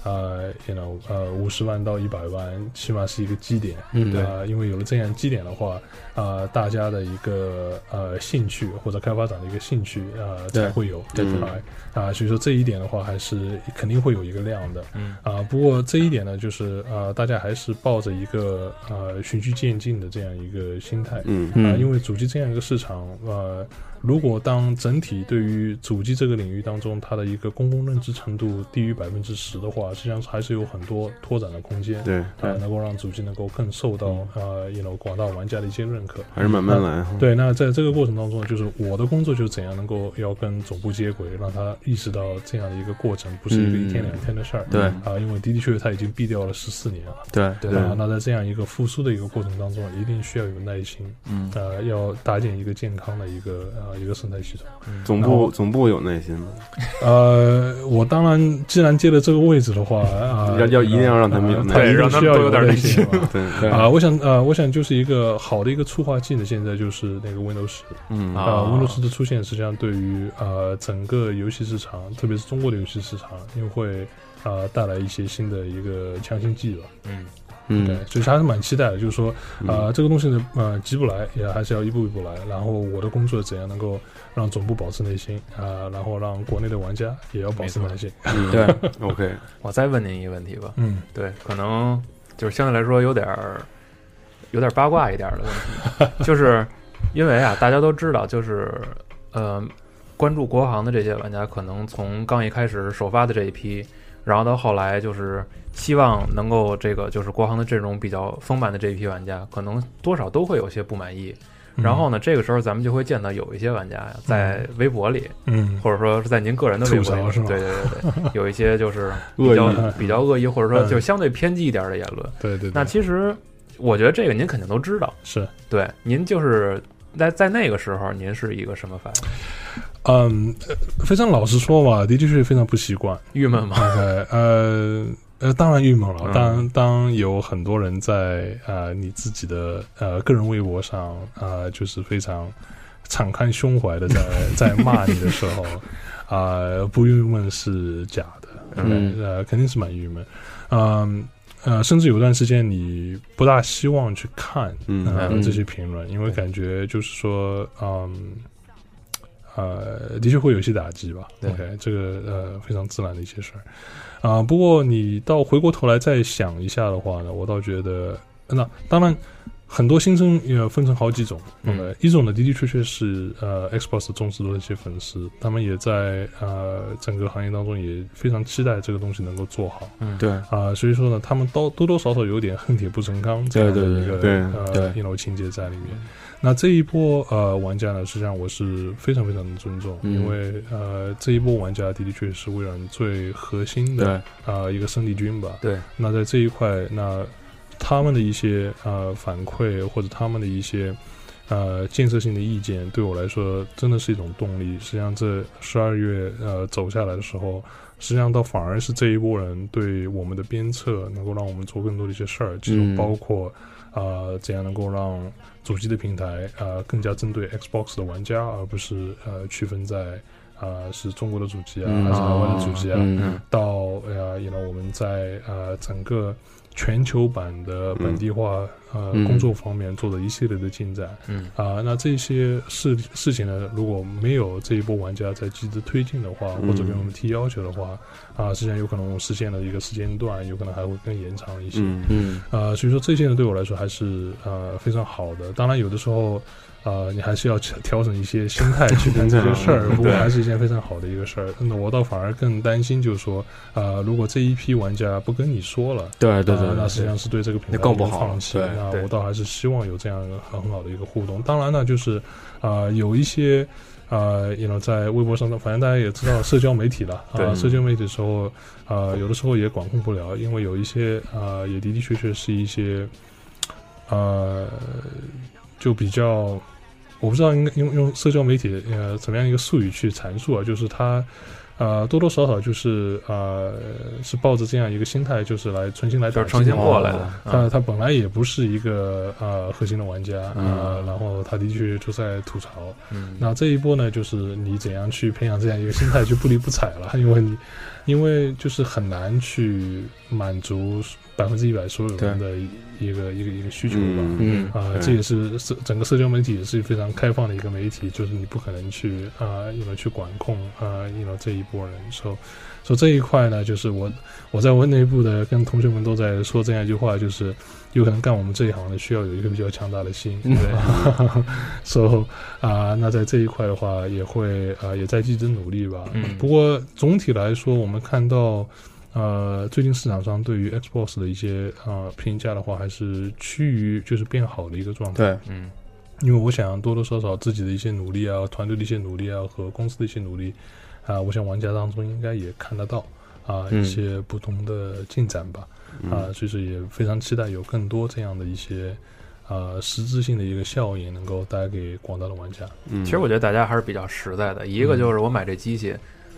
E: 呃，you know，呃，五十万到一百万，起码是一个基点。
C: 嗯
E: 对啊，因为有了这样基点的话，呃，大家的一个呃兴趣或者开发者的一个兴趣呃
C: 对
E: 才会有
C: 对
D: 对
E: 啊啊，所以说这一点的话，还是肯定会有一个量的。
B: 嗯
E: 啊，不过这一点呢，就是呃，大家还是抱着一个呃循序渐进的这样一个心态。
D: 嗯
E: 啊，
C: 嗯
E: 因为主机这样一个市场，呃，如果当整体对于主机这个领域当中它的一个公共认知程度低于百分之十的话，实际上还是有很多拓展的空间。
D: 对，嗯
E: 啊，能够让主机能够更受到呃，you know 广大玩家的一些认可。
D: 还是慢慢来哈。
E: 对，那在这个过程当中，就是我的工作就是怎样能够要跟总部接轨，让他意识到这样的一个过程不是一个一天两天的事儿。
C: 对
E: 啊、因为的的确确他已经毙掉了十四年了。
C: 对
B: 对
E: 啊，那在这样一个复苏的一个过程当中，一定需要有耐心，
B: 嗯
E: 呃，要搭建一个健康的一个呃一个生态系统。
D: 总
E: 然
D: 部
E: 后
D: 总部有耐心吗？
E: 呃，我当然既然接了这个位置的话，啊、
D: 要要一定要让他们有
E: 呃
D: 耐
E: 他
B: 心
E: 一定
B: 对让他们
E: 需要
B: 都有点
E: 耐
B: 耐心
E: 嘛
D: 对，
E: 啊、我想呃，我想就是一个好的一个触发剂呢，现在就是那个 Windows 十
D: 嗯
E: 啊、Windows 十的出现实际上对于呃整个游戏市场，特别是中国的游戏市场，又会啊、呃带来一些新的一个强心剂吧。
B: 嗯
E: 对
C: 嗯，
E: 所以还是蛮期待的。就是说，
D: 嗯
E: 呃，这个东西呢，呃，急不来，也还是要一步一步来。然后我的工作怎样能够让总部保持耐心啊、然后让国内的玩家也要保持耐心。
C: 嗯 对，
D: OK，
B: 我再问您一个问题吧，
E: 嗯，
B: 对，可能就是相对来说有点儿有点儿八卦一点儿的问题，就是因为啊，大家都知道，就是呃，关注国行的这些玩家，可能从刚一开始首发的这一批，然后到后来就是希望能够这个就是国行的阵容比较丰满的这一批玩家，可能多少都会有些不满意。
E: 嗯
B: 然后呢，这个时候咱们就会见到有一些玩家呀，在微博里，
E: 嗯，
B: 或者说是在您个人的微博
E: 吐槽
B: 里，
E: 是吗
B: 对对对 对，有一些就是
D: 恶
B: 比较
D: 意
B: 比较恶意，或者说
E: 嗯
B: 就是相对偏激一点的言论。
E: 对对对，
B: 那其实我觉得这个您肯定都知道，
E: 是。
B: 对，您就是在在那个时候您是一个什么反应？
E: 嗯，呃非常老实说吧，的确是非常不习惯。
B: 郁闷吗？
E: OK，呃呃，当然郁闷了。
B: 嗯
E: 当当有很多人在呃你自己的呃个人微博上呃就是非常敞开胸怀的在在骂你的时候， 啊、不郁闷是假的，
C: 嗯
E: 呃，肯定是蛮郁闷，嗯。呃，甚至有段时间你不大希望去看，
D: 嗯
E: 呃
C: 嗯
E: 这些评论，因为感觉就是说，嗯，呃，的确会有一些打击吧。
C: 对
E: OK，这个呃非常自然的一些事儿啊、不过你到回过头来再想一下的话呢，我倒觉得，那当然，很多新生也分成好几种，
C: 嗯
E: 呃，一种呢的的确确是呃 Xbox 忠实的一些粉丝，他们也在呃整个行业当中也非常期待这个东西能够做好，
C: 嗯，对，
E: 啊，所以说呢，他们都多多少少有点恨铁不成钢这样的一个
D: 对嗯
E: 呃一楼情节在里面。那这一波呃玩家呢，实际上我是非常非常的尊重，
C: 嗯
E: 因为呃这一波玩家的的确是微软最核心的呃一个生力军吧。
B: 对，
E: 那在这一块，那他们的一些呃反馈或者他们的一些呃建设性的意见，对我来说真的是一种动力。实际上，这十二月呃走下来的时候，实际上倒反而是这一波人对我们的鞭策，能够让我们做更多的一些事儿，其中
C: 嗯
E: 包括、呃怎样能够让主机的平台呃更加针对 Xbox 的玩家，而不是呃区分在。呃，是中国的主机啊，
C: 嗯
E: 还是台湾的主机啊？
C: 嗯嗯
E: 到呃，也呢，我们在呃整个全球版的本地化、呃
C: 嗯
E: 工作方面做的一系列的进展。
B: 嗯
E: 啊、那这些事事情呢，如果没有这一波玩家在积极地推进的话，
D: 嗯
E: 或者给我们提要求的话，啊、实际上有可能我们实现的一个时间段，有可能还会更延长一些。
D: 嗯
C: 嗯
E: 呃，所以说这些呢，对我来说还是呃非常好的。当然，有的时候，呃，你还是要调调整一些 心态去干这些事儿，
D: 对
E: 不过还是一件非常好的一个事儿。那我倒反而更担心，就是说，呃，如果这一批玩家不跟你说了，
C: 对对
E: 呃
B: 啊
C: 对，
E: 那实际上是对这个品牌
C: 那更不好
E: 一个放弃。
C: 对
E: 那
B: 对
E: 我倒还是希望有这样很好的一个互动。当然呢，就是呃，有一些呃，也能在微博上的，反正大家也知道社交媒体了 啊、
C: 嗯
B: 对
E: 社交媒体的时候，呃，有的时候也管控不了，因为有一些呃，也的的确确是一些呃，就比较。我不知道应该用用社交媒体呃怎么样一个术语去阐述啊，就是它呃，多多少少就是呃，是抱着这样一个心态，就是来重新来打
B: 就是重新过来的。嗯
E: 他他本来也不是一个呃核心的玩家，呃，然后他的确就在吐槽。
B: 嗯
E: 那这一波呢，就是你怎样去培养这样一个心态，就不理不睬了，因为你因为就是很难去满足百分之一百所有人的一个一个一个需求吧。
D: 嗯
C: 嗯
E: 啊、
D: 对
E: 这也是社整个社交媒体也是非常开放的一个媒体，就是你不可能去啊，你、know 去管控啊，你、know 这一波人。所、so, 所、以这一块呢，就是我我在我内部的跟同学们都在说这样一句话，就是有可能干我们这一行的需要有一个比较强大的心。
B: 嗯
E: 对 ，so 啊、那在这一块的话，也会啊、也在积极努力吧。
B: 嗯
E: 不过总体来说，我们看到。呃，最近市场上对于 Xbox 的一些呃评价的话，还是趋于就是变好的一个状态。
C: 对，
B: 嗯
E: 因为我想多多少少自己的一些努力啊，团队的一些努力啊，和公司的一些努力啊、我想玩家当中应该也看得到啊、
C: 嗯
E: 一些不同的进展吧。
B: 嗯
D: 嗯
E: 啊、所以说也非常期待有更多这样的一些呃实质性的一个效应能够带给广大的玩家。
D: 嗯，
B: 其实我觉得大家还是比较实在的。一
E: 嗯
B: 个就是我买这机器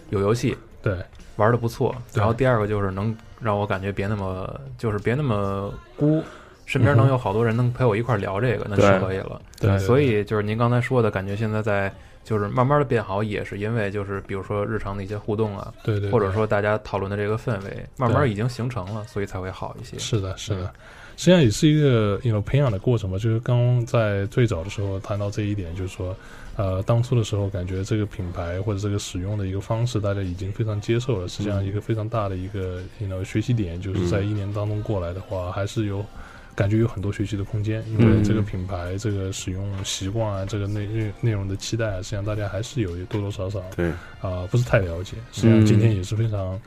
B: 有游戏
E: 对，
B: 玩的不错，
E: 对
B: 然后第二个就是能让我感觉别那么就是别那么孤，身边能有好多人能陪我一块儿聊这个，那就
C: 对
B: 可以了。
E: 对
B: 所以就是您刚才说的感觉，现在在就是慢慢的变好，也是因为就是比如说日常的一些互动啊，
E: 对对，
B: 或
E: 对
B: 者说大家讨论的这个氛围，慢慢已经形成了，所以才会好一些。
E: 是的，是的，实际上也是一个有 o 培养的过程吧。就是刚刚在最早的时候谈到这一点，就是说，呃，当初的时候感觉这个品牌或者这个使用的一个方式，大家已经非常接受了。实际上，一个非常大的一个你 you know, 学习点，就是在一年当中过来的话，还是有。感觉有很多学习的空间，因为
C: 嗯
E: 这个品牌、这个使用习惯啊，这个内内内容的期待啊，实际上大家还是有多多少少
D: 对，
E: 啊、不是太了解。实际上今天也是非常、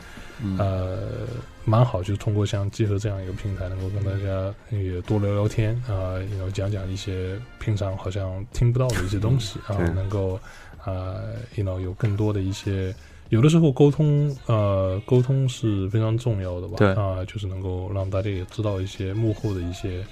D: 嗯
E: 呃蛮好，就是通过像结合这样一个平台，能够跟大家也多聊聊天啊，然、后讲讲一些平常好像听不到的一些东西啊、
D: 对
E: 能够啊，you know 有更多的一些。有的时候沟通，呃，沟通是非常重要的吧？
C: 对
E: 啊、就是能够让大家也知道一些幕后的一些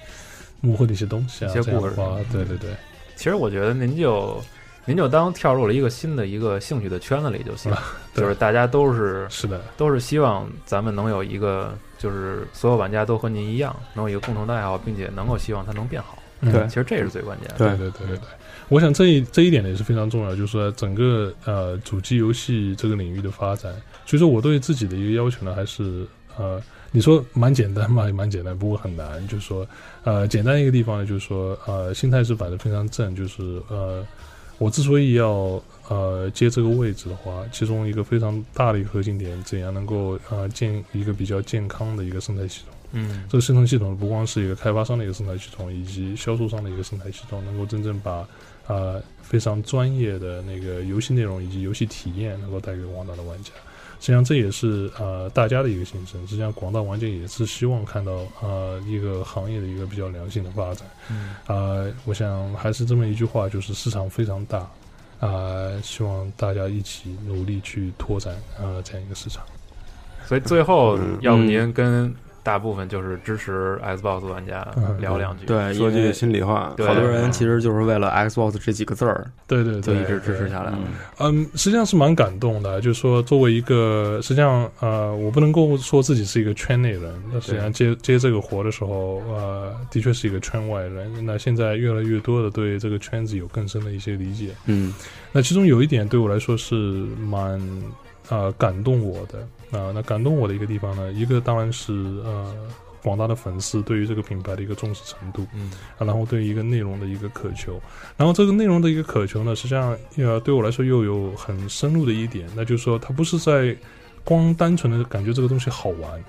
E: 幕后的一些东西啊，
B: 一些
E: 这样
B: 故
E: 的
B: 事
E: 话，对对对，
B: 其实我觉得您就您就当跳入了一个新的一个兴趣的圈子里就行，
E: 对
B: 就是大家都是
E: 是的，
B: 都是希望咱们能有一个，就是所有玩家都和您一样，能有一个共同的爱好，并且能够希望它能变好。
E: 嗯
C: 对
B: 其实这也是最关键的。
E: 对对对对对，我想这一这一点呢也是非常重要，就是说整个呃主机游戏这个领域的发展，所以说我对自己的一个要求呢，还是呃你说蛮简单吧，也蛮简单，不过很难，就是说呃简单一个地方呢，就是说呃心态是摆的非常正，就是呃我之所以要呃接这个位置的话，其中一个非常大的一个核心点，怎样能够呃建一个比较健康的一个生态系统。
B: 嗯，
E: 这个生态系统不光是一个开发商的一个生态系统，以及销售商的一个生态系统，能够真正把呃非常专业的那个游戏内容以及游戏体验能够带给广大的玩家。实际上这也是呃大家的一个心声。实际上，广大玩家也是希望看到呃一个行业的一个比较良性的发展。
B: 嗯，
E: 呃，我想还是这么一句话，就是市场非常大，呃，希望大家一起努力去拓展呃这样一个市场。
B: 所以最后，
D: 嗯
B: 要不您跟大部分就是支持 Xbox 玩家聊两句，
C: 嗯对，
D: 说
C: 因为
D: 句心里话，
B: 对
C: 好多人其实就是为了 Xbox 这几个字儿，
E: 对对
C: 就
E: 对，
C: 一直支持下来了。
E: 嗯，实际上是蛮感动的。就是说，作为一个，实际上，呃，我不能够说自己是一个圈内人，那实际上接接这个活的时候，呃，的确是一个圈外人。那现在越来越多的对这个圈子有更深的一些理解。
C: 嗯
E: 那其中有一点对我来说是蛮呃感动我的啊、那感动我的一个地方呢，一个当然是呃广大的粉丝对于这个品牌的一个重视程度，
B: 嗯
E: 啊，然后对一个内容的一个渴求，然后这个内容的一个渴求呢，实际上呃对我来说又有很深入的一点，那就是说它不是在光单纯的感觉这个东西好玩。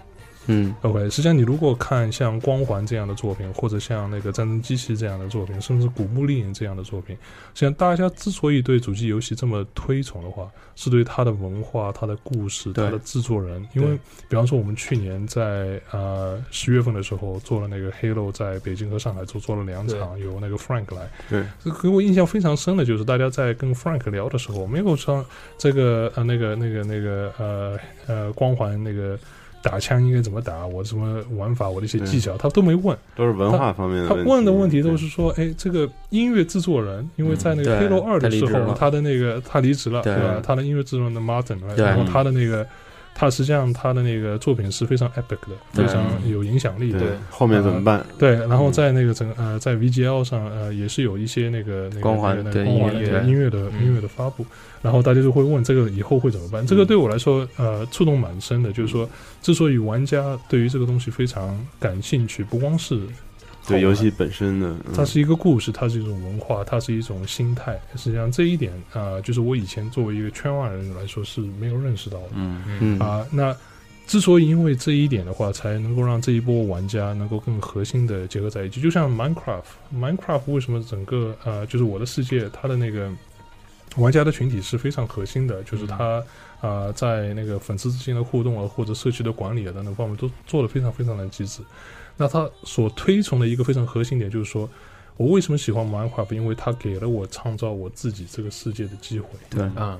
C: 嗯
E: OK，实际上你如果看像《光环》这样的作品，或者像那个《战争机器》这样的作品，甚至《古墓丽影》这样的作品，实际上大家之所以对主机游戏这么推崇的话，是对它的文化、它的故事、
C: 对
E: 它的制作人。因为
C: 对
E: 比方说，我们去年在呃十月份的时候做了那个《Halo》在北京和上海做做了两场，由那个 Frank 来。
D: 对，
E: 这给我印象非常深的就是大家在跟 Frank 聊的时候，没有说这个呃那个那个那个呃呃光环那个打枪应该怎么打，我什么玩法，我的一些技巧，他都没问。
D: 都是文化方面的
E: 他
D: 问题。
E: 问的问题都是说，哎，这个音乐制作人，因为在那个
C: 嗯对
E: Halo 二的时
C: 他离职
E: 候
C: 了，
E: 他的那个他离职了，
C: 对
E: 对吧？他的音乐制作人的 Martin，
C: 对
E: 然后他的那个。他实际上他的那个作品是非常 epic 的，非
C: 对
E: 常有影响力
D: 对
E: 的。
D: 对，后面怎么办？
E: 对，然后在那个整呃，在 VGL 上呃，也是有一些那个那个
C: 光环
E: 那个
C: 对
E: 光环
C: 音
E: 的
C: 乐
E: 音乐的
B: 嗯
E: 音乐的发布，然后大家就会问这个以后会怎么办？这个
D: 嗯
E: 对我来说呃触动蛮深的，就是说，之所以玩家对于这个东西非常感兴趣，不光是好
D: 对
E: 玩
D: 游戏本身的，嗯
E: 它是一个故事，它是一种文化，它是一种心态。实际上这一点啊、呃就是我以前作为一个圈外人来说是没有认识到的。
C: 嗯
B: 嗯
C: 嗯
E: 啊、那之所以因为这一点的话，才能够让这一波玩家能够更核心的结合在一起。就像 Minecraft，Minecraft 为什么整个呃，就是我的世界，它的那个玩家的群体是非常核心的，就是它呃，在那个粉丝之间的互动啊，或者社区的管理啊等等方面，都做的非常非常的机制。那它所推崇的一个非常核心点就是说。我为什么喜欢 Minecraft？因为它给了我创造我自己这个世界的机会。
C: 对
B: 嗯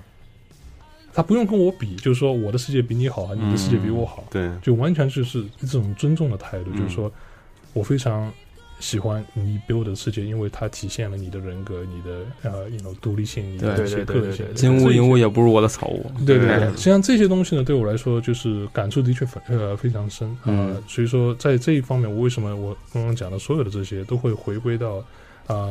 E: 他不用跟我比，就是说我的世界比你好啊，你的世界比我好，
D: 对，
E: 就完全就是一种尊重的态度，
D: 嗯
E: 就是说我非常喜欢你 build 的世界，因为它体现了你的人格、你的呃，you know 独立性、你的
C: 对
E: 一些
B: 对对
E: 个
B: 对
E: 性
B: 对。
C: 金屋银屋也不如我的草屋。
E: 对对对，
C: 对
E: 实际上这些东西呢，对我来说就是感触的确非呃非常深啊、呃
C: 嗯
E: 所以说在这一方面，我为什么我刚刚讲的所有的这些都会回归到啊、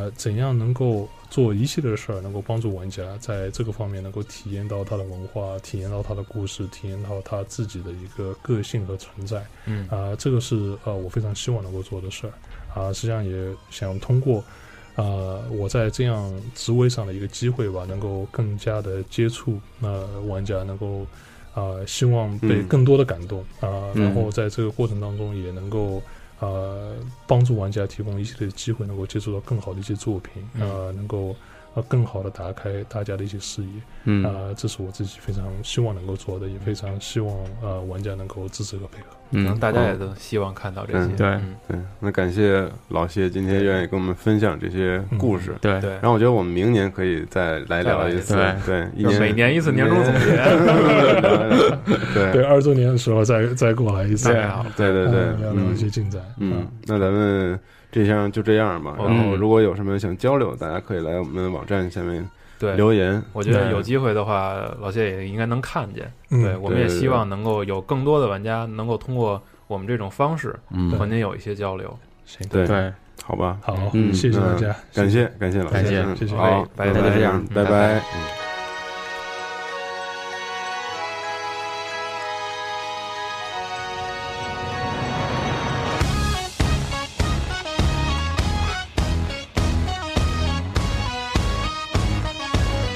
E: 呃怎样能够做一系列的事儿，能够帮助玩家在这个方面能够体验到他的文化，体验到他的故事，体验到他自己的一个个性和存在。
B: 嗯
E: 啊、这个是呃我非常希望能够做的事儿啊、实际上也想通过呃我在这样职位上的一个机会吧，能够更加的接触呃玩家，能够呃希望被
D: 嗯
E: 更多的感动啊、
C: 嗯
E: 然后在这个过程当中也能够。呃，帮助玩家提供一系列的机会，能够接触到更好的一些作品，
B: 嗯
E: 呃，能够呃更好的打开大家的一些视野，
C: 嗯
E: 啊、这是我自己非常希望能够做的，也非常希望呃玩家能够支持和配合。
B: 可能
C: 嗯，
B: 大家也都希望看到这些，
D: 嗯
C: 对
B: 嗯
D: 对，那感谢老谢今天愿意跟我们分享这些
E: 嗯
D: 故事。
C: 对
B: 嗯对
D: 然，后我觉得我们明年可以再来聊一次
C: 再来一，
D: 对，一
B: 就是
D: 年
B: 每年一次年终总
D: 对
B: 结，
E: 对，
D: 对
E: 二周年的时候再再过来一次，
B: 太好了，
D: 对对对
E: 嗯，聊聊一些
D: 嗯
E: 进展，
D: 嗯，那咱们这项就这样吧。
B: 嗯
D: 然后如果有什么想交流，大家可以来我们的网站下面
B: 对，
D: 留嗯言。
B: 我觉得
E: 对
B: 有机会的话，老谢也应该能看见。
E: 嗯
B: 对，我们也
D: 对对
B: 希望能够有更多的玩家能够通过我们这种方式
C: 嗯
B: 和您有一些交流。
E: 行，
D: 对，
C: 对，
D: 好吧，
E: 好，
C: 嗯
E: 谢谢大
D: 那
E: 家，
D: 感谢感谢老师，
C: 感谢
D: 嗯
E: 谢谢
D: 好，
B: 拜
D: 那
B: 拜
D: 就这样
B: 嗯，
D: 拜
B: 拜
D: 拜。嗯
K: 「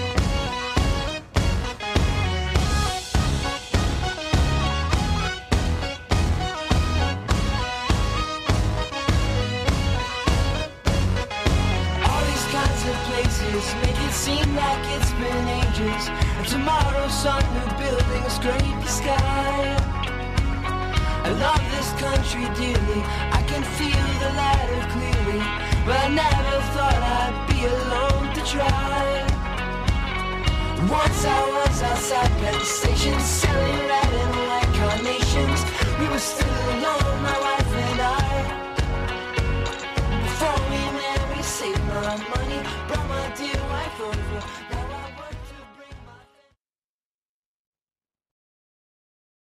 K: minutes make it seem like it's been ages. And tomorrow's on new buildings, scrape the sky. I love this country dearly. I can feel the ladder clearly. But I never thought I'd be alone to try. Once I was outside the station selling red and white carnations. We were still alone, my wife and I. Before we married, saved my money, brought my dear wife over.